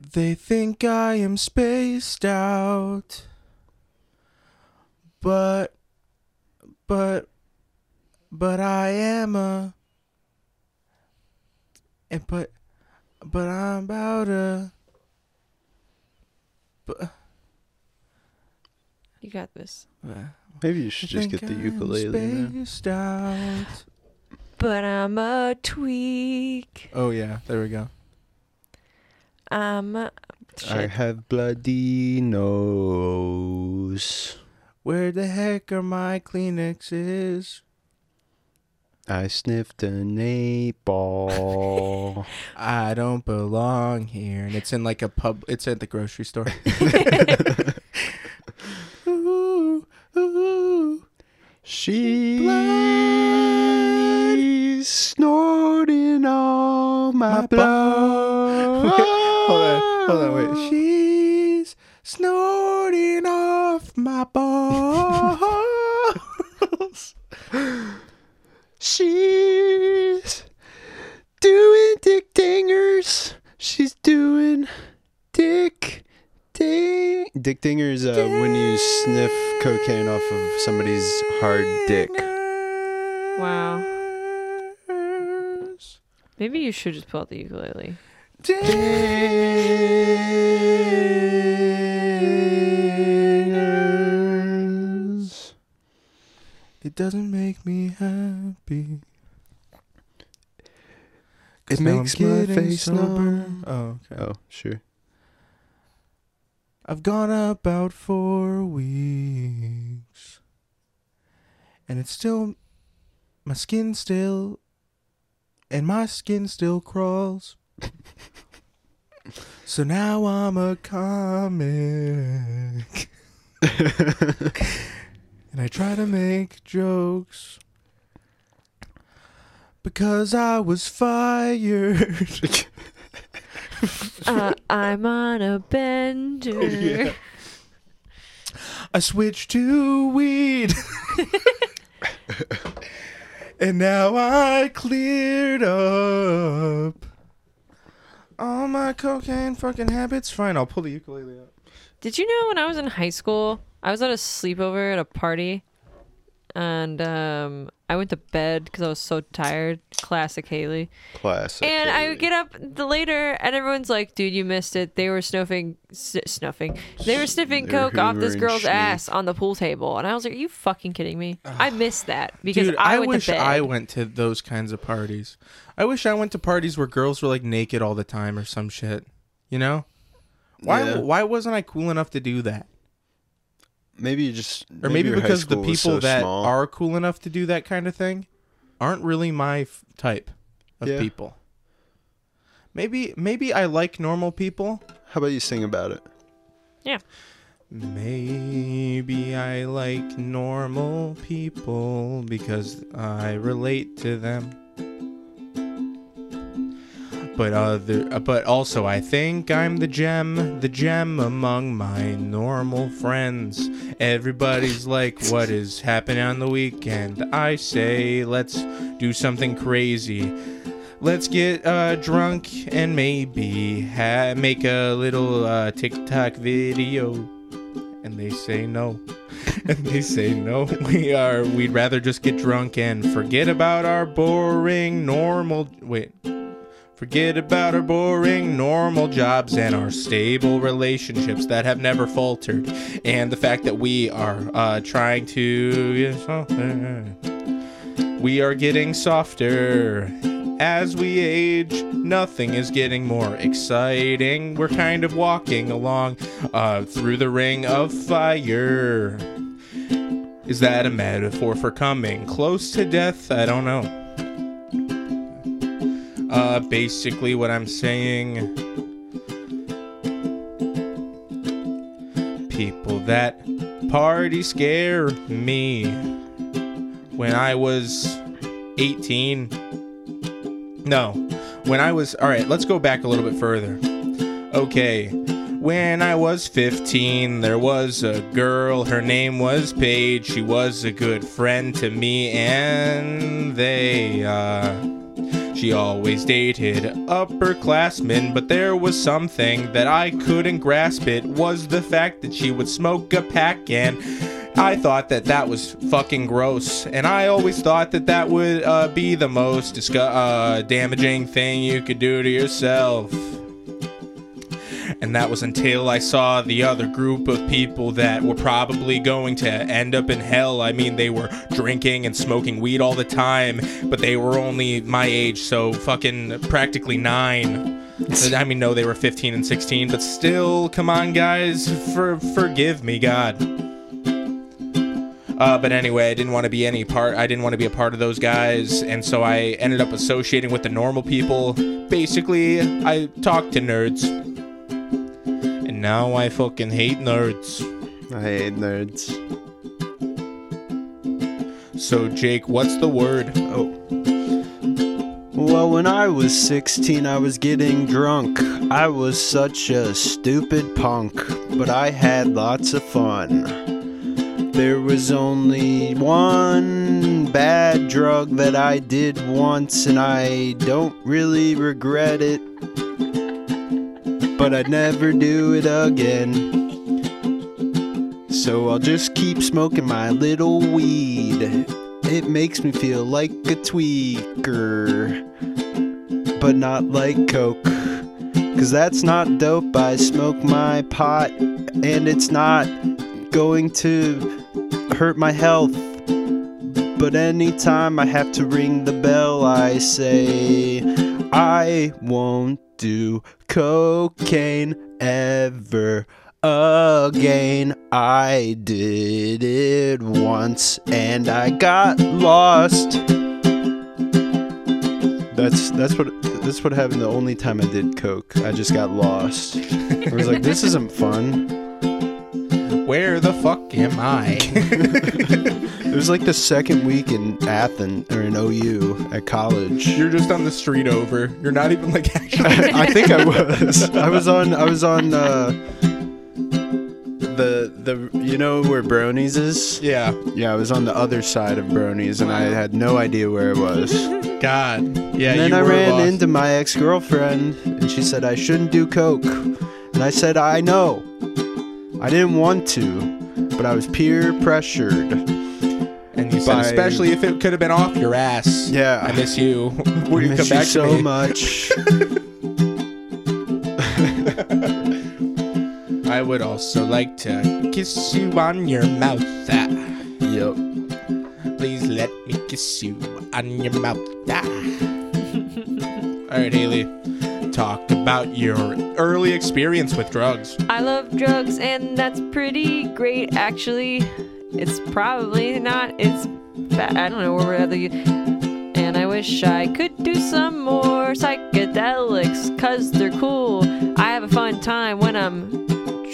[SPEAKER 1] They think I am spaced out. But, but, but I am a. And but, but I'm about a. But.
[SPEAKER 3] You got this.
[SPEAKER 1] uh,
[SPEAKER 2] Maybe you should just get the ukulele. you know?
[SPEAKER 3] But I'm a tweak.
[SPEAKER 1] Oh yeah, there we go.
[SPEAKER 3] I'm a.
[SPEAKER 2] I
[SPEAKER 3] Shit.
[SPEAKER 2] have bloody nose.
[SPEAKER 1] Where the heck are my Kleenexes?
[SPEAKER 2] I sniffed an eight ball.
[SPEAKER 1] I don't belong here, and it's in like a pub. It's at the grocery
[SPEAKER 2] *laughs*
[SPEAKER 1] store. ooh, ooh.
[SPEAKER 2] she blood. snorting all my,
[SPEAKER 1] My
[SPEAKER 2] blood.
[SPEAKER 1] *laughs* Hold on, hold on, wait. She's snorting off my
[SPEAKER 2] *laughs*
[SPEAKER 1] balls.
[SPEAKER 2] *laughs* She's doing dick dingers. She's doing dick ding. Dick dingers uh, when you sniff cocaine off of somebody's hard dick.
[SPEAKER 3] Wow. Maybe you should just pull out
[SPEAKER 2] *laughs*
[SPEAKER 3] the ukulele.
[SPEAKER 2] Dingers.
[SPEAKER 1] It doesn't make me happy.
[SPEAKER 2] It
[SPEAKER 1] 'Cause now
[SPEAKER 2] makes
[SPEAKER 1] I'm
[SPEAKER 2] my
[SPEAKER 1] getting
[SPEAKER 2] face
[SPEAKER 1] sober.
[SPEAKER 2] numb.
[SPEAKER 1] Oh, okay.
[SPEAKER 2] Oh, sure.
[SPEAKER 1] I've gone about four weeks, and it's still my skin still, and my skin still crawls. so now I'm a comic, and I try to make jokes because I was fired.
[SPEAKER 3] uh, I'm on a bender.
[SPEAKER 1] I switched to weed. *laughs* and now I cleared up all my cocaine fucking habits. Fine, I'll pull the ukulele out.
[SPEAKER 3] Did you know when I was in high school, I was at a sleepover at a party, and um, I went to bed because I was so tired. Classic Haley.
[SPEAKER 6] Classic.
[SPEAKER 3] And I
[SPEAKER 6] Haley.
[SPEAKER 3] would get up the later, and everyone's like, "Dude, you missed it. They were snuffing, s- snuffing. They were sniffing
[SPEAKER 2] They were
[SPEAKER 3] coke off this
[SPEAKER 2] hoovering
[SPEAKER 3] girl's
[SPEAKER 2] shit.
[SPEAKER 3] ass on the pool table." And I was like, "Are you fucking kidding me? I missed that because
[SPEAKER 1] Dude,
[SPEAKER 3] I,
[SPEAKER 1] I,
[SPEAKER 3] went
[SPEAKER 1] wish
[SPEAKER 3] to bed."
[SPEAKER 1] I went to those kinds of parties. I wish I went to parties where girls were like naked all the time or some shit. You know? Why
[SPEAKER 2] Yeah.
[SPEAKER 1] why wasn't I cool enough to do that?
[SPEAKER 2] Maybe you just
[SPEAKER 1] Or maybe,
[SPEAKER 2] your high
[SPEAKER 1] because the
[SPEAKER 2] school
[SPEAKER 1] people
[SPEAKER 2] was so
[SPEAKER 1] that
[SPEAKER 2] small.
[SPEAKER 1] are cool enough to do that kind of thing aren't really my f- type of
[SPEAKER 2] Yeah.
[SPEAKER 1] people. Maybe maybe I like normal people.
[SPEAKER 2] How about you sing about it?
[SPEAKER 3] yeah,
[SPEAKER 1] Maybe I like normal people because I relate to them. But other, uh, but also I think I'm the gem, the gem among my normal friends. Everybody's like, "What is happening on the weekend?" I say, "Let's do something crazy." Let's get uh, drunk and maybe ha- make a little uh, TikTok video. And they say no. *laughs* and they say no. We are. We'd rather just get drunk and forget about our boring normal. Wait. Forget about our boring normal jobs and our stable relationships that have never faltered, and the fact that we are uh, trying to. Yes, uh, we are getting softer. As we age, nothing is getting more exciting. We're kind of walking along uh, through the ring of fire. Is that a metaphor for coming close to death? I don't know. Uh, basically, what I'm saying. People that party scare me when I was 18. No, when I was. All right, let's go back a little bit further. Okay, when I was 15, there was a girl. Her name was Paige. She was a good friend to me, and they, uh. She always dated upperclassmen, but there was something that I couldn't grasp. It was the fact that she would smoke a pack, and I thought that that was fucking gross. And I always thought that that would uh, be the most disgu- uh, damaging thing you could do to yourself. And that was until I saw the other group of people that were probably going to end up in hell. I mean, they were drinking and smoking weed all the time, but they were only my age, so fucking practically nine. I mean, no, they were 15 and 16, but still, come on, guys, for, forgive me, God. Uh, but anyway, I didn't want to be any part. I didn't want to be a part of those guys, and so I ended up associating with the normal people. Basically, I talked to nerds, and now I fucking hate nerds.
[SPEAKER 2] I hate nerds.
[SPEAKER 1] So Jake, what's the word?
[SPEAKER 2] Oh. Well, when I was 16, I was getting drunk. I was such a stupid punk, but I had lots of fun. There was only one bad drug that I did once, and I don't really regret it. But I'd never do it again. So I'll just keep smoking my little weed. It makes me feel like a tweaker, but not like coke. Cause that's not dope. I smoke my pot, and it's not going to hurt my health. But anytime I have to ring the bell, I say, I won't do cocaine ever again. I did it once and I got lost.
[SPEAKER 6] That's that's what
[SPEAKER 2] That's what happened the only time I did coke. I just got lost. I was like, this isn't fun.
[SPEAKER 1] Where the fuck am I?
[SPEAKER 2] *laughs* It was like the second week in Athens or in OU at college. *laughs*
[SPEAKER 1] You're just on the street over. You're not even like actually.
[SPEAKER 2] I think I was. I was on. I was on. Uh, the the you know where Bronies is?
[SPEAKER 1] yeah.
[SPEAKER 2] Yeah, I was on the other side of Bronies, and I had no idea where
[SPEAKER 7] *laughs*
[SPEAKER 2] it was.
[SPEAKER 1] God. Yeah.
[SPEAKER 2] and
[SPEAKER 1] you
[SPEAKER 2] then I
[SPEAKER 1] were
[SPEAKER 2] ran
[SPEAKER 1] lost.
[SPEAKER 2] into my ex girlfriend, and she said I shouldn't do coke, and I said I know. I didn't want to, but I was peer pressured.
[SPEAKER 1] and, And you said,
[SPEAKER 7] By-
[SPEAKER 1] especially if it could have been off your ass.
[SPEAKER 7] Yeah.
[SPEAKER 1] I miss you. *laughs* Will you
[SPEAKER 7] miss
[SPEAKER 1] come
[SPEAKER 7] you
[SPEAKER 1] back
[SPEAKER 7] so
[SPEAKER 1] to me?
[SPEAKER 7] much.
[SPEAKER 1] *laughs* I would also like to kiss you on your mouth. Ah,
[SPEAKER 7] yep.
[SPEAKER 1] Please let me kiss you on your mouth. Ah. All right, Haley. Talk about your early experience with drugs.
[SPEAKER 3] I love drugs, and that's pretty great, actually. It's probably not. It's bad. I don't know where we're at. The, and I wish I could do some more psychedelics, cause they're cool. I have a fun time when I'm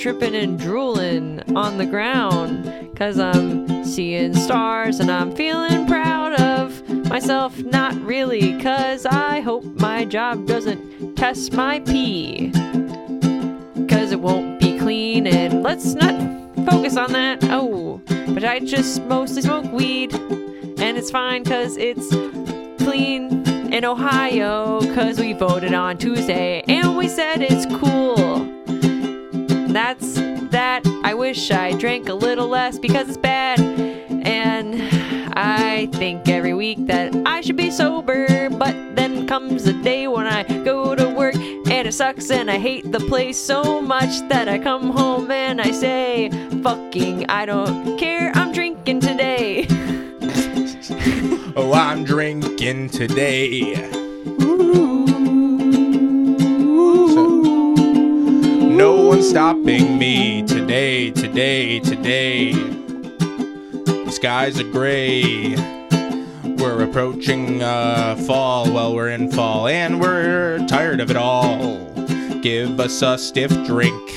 [SPEAKER 3] tripping and drooling on the ground, cause I'm seeing stars and I'm feeling proud of myself. Not really, cause I hope my job doesn't test my pee because it won't be clean and let's not focus on that oh but i just mostly smoke weed and it's fine because it's clean in ohio because we voted on tuesday and we said it's cool that's that i wish i drank a little less because it's bad and i think every week that i should be sober but then comes the day when i go to work and it sucks and i hate the place so much that i come home and i say fucking i don't care i'm drinking today
[SPEAKER 1] Oh, I'm drinking today. So- no one's stopping me today, today, today. The skies are gray. We're approaching uh, fall, well, we're in fall, and we're tired of it all. Give us a stiff drink.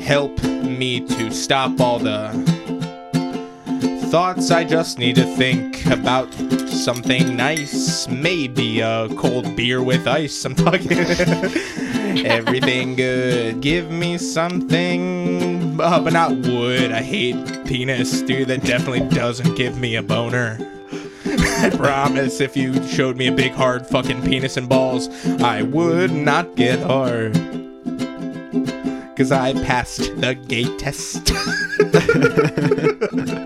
[SPEAKER 1] Help me to stop all the Thoughts I just need to think about something nice. Maybe a cold beer with ice. I'm talking *laughs* everything good. Give me something, uh, but not wood. I hate penis, dude. That definitely doesn't give me a boner. I promise if you showed me a big hard fucking penis and balls, I would not get hard. Cause I passed the gay test. *laughs*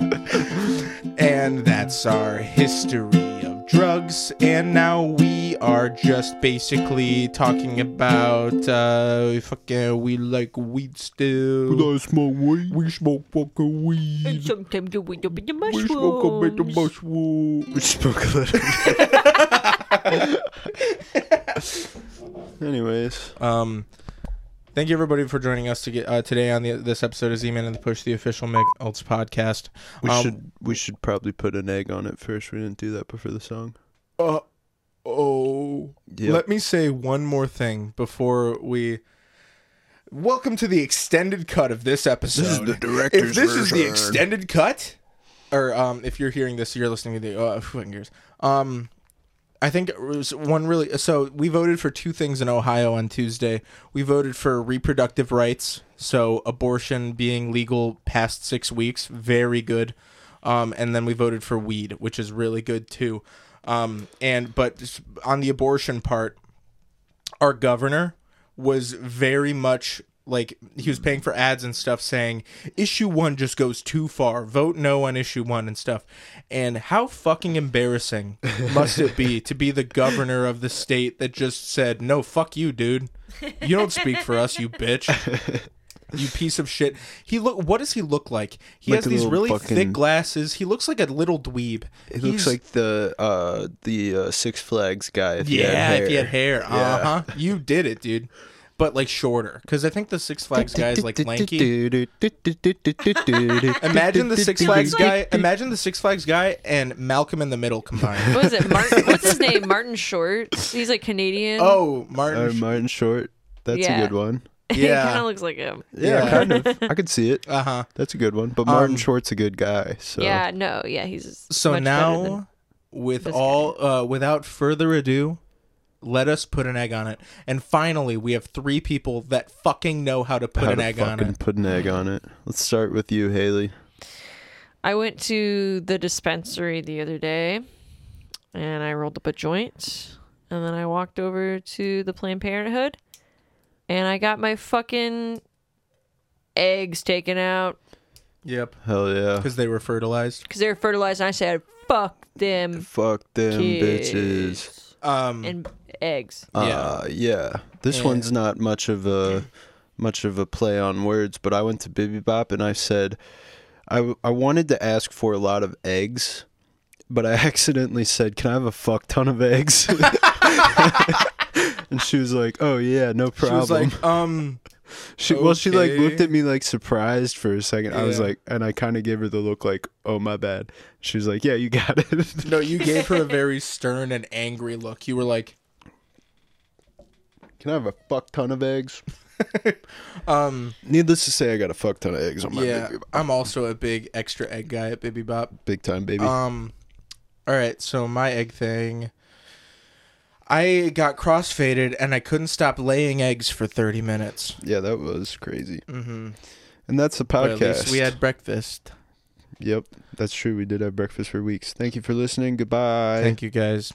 [SPEAKER 1] And that's our history of drugs. And now we are just basically talking about uh, fucking we like weed still.
[SPEAKER 7] I smoke weed.
[SPEAKER 1] We smoke fucking weed.
[SPEAKER 3] sometimes you wake up in the
[SPEAKER 1] We smoke a bit of mushroom.
[SPEAKER 7] We spoke a little. *laughs* Anyways,
[SPEAKER 1] Um, thank you everybody for joining us to get, uh, today on the, this episode of Z-Man and the Push, the official McAlts podcast.
[SPEAKER 7] we
[SPEAKER 1] Um,
[SPEAKER 7] should we should probably put an egg on it first. We didn't do that before the song.
[SPEAKER 1] Uh, oh.
[SPEAKER 7] Yep.
[SPEAKER 1] Let me say one more thing before we. Welcome to the extended cut of this episode.
[SPEAKER 7] is the director's
[SPEAKER 1] If this is the
[SPEAKER 7] version.
[SPEAKER 1] extended cut, or um, if you're hearing this, you're listening to the uh, *sighs* fingers. Um, I think it was one really. So we voted for two things in Ohio on Tuesday. We voted for reproductive rights, so abortion being legal past six weeks, very good. Um, and then we voted for weed, which is really good too. Um, and but s- on the abortion part, our governor was very much like he was paying for ads and stuff saying issue 1 just goes too far vote no on issue 1 and stuff and how fucking embarrassing must it be to be the governor of the state that just said no fuck you dude you don't speak for us you bitch you piece of shit he look what does he look like he
[SPEAKER 7] Like
[SPEAKER 1] has
[SPEAKER 7] a
[SPEAKER 1] these
[SPEAKER 7] little
[SPEAKER 1] really
[SPEAKER 7] fucking-
[SPEAKER 1] thick glasses he looks like a little dweeb
[SPEAKER 7] It looks like the uh the uh, Six Flags guy. If he had
[SPEAKER 1] yeah,
[SPEAKER 7] hair.
[SPEAKER 1] if you had hair, uh huh. You did it, dude. But like shorter, because I think the Six Flags guy is like lanky. Imagine the Six Flags guy. Imagine the Six Flags guy and Malcolm in the Middle combined. *laughs*
[SPEAKER 3] *laughs* what is it martin what's his name martin short he's like canadian
[SPEAKER 1] Oh,
[SPEAKER 7] Or
[SPEAKER 1] Martin. Sh-
[SPEAKER 7] Uh, Martin Short. That's a
[SPEAKER 3] Yeah.
[SPEAKER 7] good one.
[SPEAKER 3] *laughs* he kind
[SPEAKER 1] yeah.
[SPEAKER 3] of Um, looks like him
[SPEAKER 7] Yeah,
[SPEAKER 1] Yeah.
[SPEAKER 7] kind of. I could see it.
[SPEAKER 1] Uh huh.
[SPEAKER 7] That's a good one. But Martin
[SPEAKER 1] Um,
[SPEAKER 7] Short's a good guy. So
[SPEAKER 3] yeah no yeah he's
[SPEAKER 1] So
[SPEAKER 3] much better than-
[SPEAKER 1] now, with
[SPEAKER 3] this
[SPEAKER 1] all, uh, without further ado, let us put an egg on it. And finally, we have three people that fucking know how to put
[SPEAKER 7] how
[SPEAKER 1] an
[SPEAKER 7] to
[SPEAKER 1] egg on
[SPEAKER 7] fucking
[SPEAKER 1] it.
[SPEAKER 7] put an egg on it. Let's start with you, Haley.
[SPEAKER 3] I went to the dispensary the other day and I rolled up a joint and then I walked over to the Planned Parenthood and I got my fucking eggs taken out.
[SPEAKER 1] Yep.
[SPEAKER 8] Hell yeah.
[SPEAKER 1] Because they were fertilized.
[SPEAKER 3] because they were fertilized. And I said, "Fuck them,
[SPEAKER 2] Fuck them
[SPEAKER 3] kids
[SPEAKER 2] bitches.
[SPEAKER 1] Um,
[SPEAKER 3] and eggs."
[SPEAKER 2] Uh, yeah. This
[SPEAKER 1] Yeah.
[SPEAKER 2] one's not much of a much of a play on words, but I went to Bibi Bop and I said I, w- I wanted to ask for a lot of eggs, but I *laughs* accidentally said, "Can I have a fuck ton
[SPEAKER 1] *laughs*
[SPEAKER 2] of eggs?" *laughs* and she was like, "Oh yeah, no
[SPEAKER 1] she was
[SPEAKER 2] problem."
[SPEAKER 1] like, um,
[SPEAKER 2] She, Well, she like looked
[SPEAKER 1] okay.
[SPEAKER 2] at me like surprised for a second. I was
[SPEAKER 1] Yeah.
[SPEAKER 2] like, and I kind of gave her the look like, "Oh my bad." She was like, "Yeah, you got it." *laughs*
[SPEAKER 1] no, you gave her a very stern and angry look. You were like,
[SPEAKER 2] Can I have a fuck ton of eggs?
[SPEAKER 1] *laughs* um,
[SPEAKER 2] Needless to say, I got a fuck ton of eggs on my
[SPEAKER 1] yeah,
[SPEAKER 2] Bibi Bop.
[SPEAKER 1] I'm also a big extra egg guy at Bibby Bop.
[SPEAKER 2] big time, baby.
[SPEAKER 1] Um, all right. So my egg thing. I got crossfaded and I couldn't stop laying eggs for 30 minutes.
[SPEAKER 2] Yeah, that was crazy.
[SPEAKER 1] Mm-hmm.
[SPEAKER 2] And that's the
[SPEAKER 1] But at
[SPEAKER 2] podcast.
[SPEAKER 1] least we had breakfast.
[SPEAKER 2] Yep, that's true. We did have breakfast for weeks. Thank you for listening. Goodbye.
[SPEAKER 1] Thank you guys.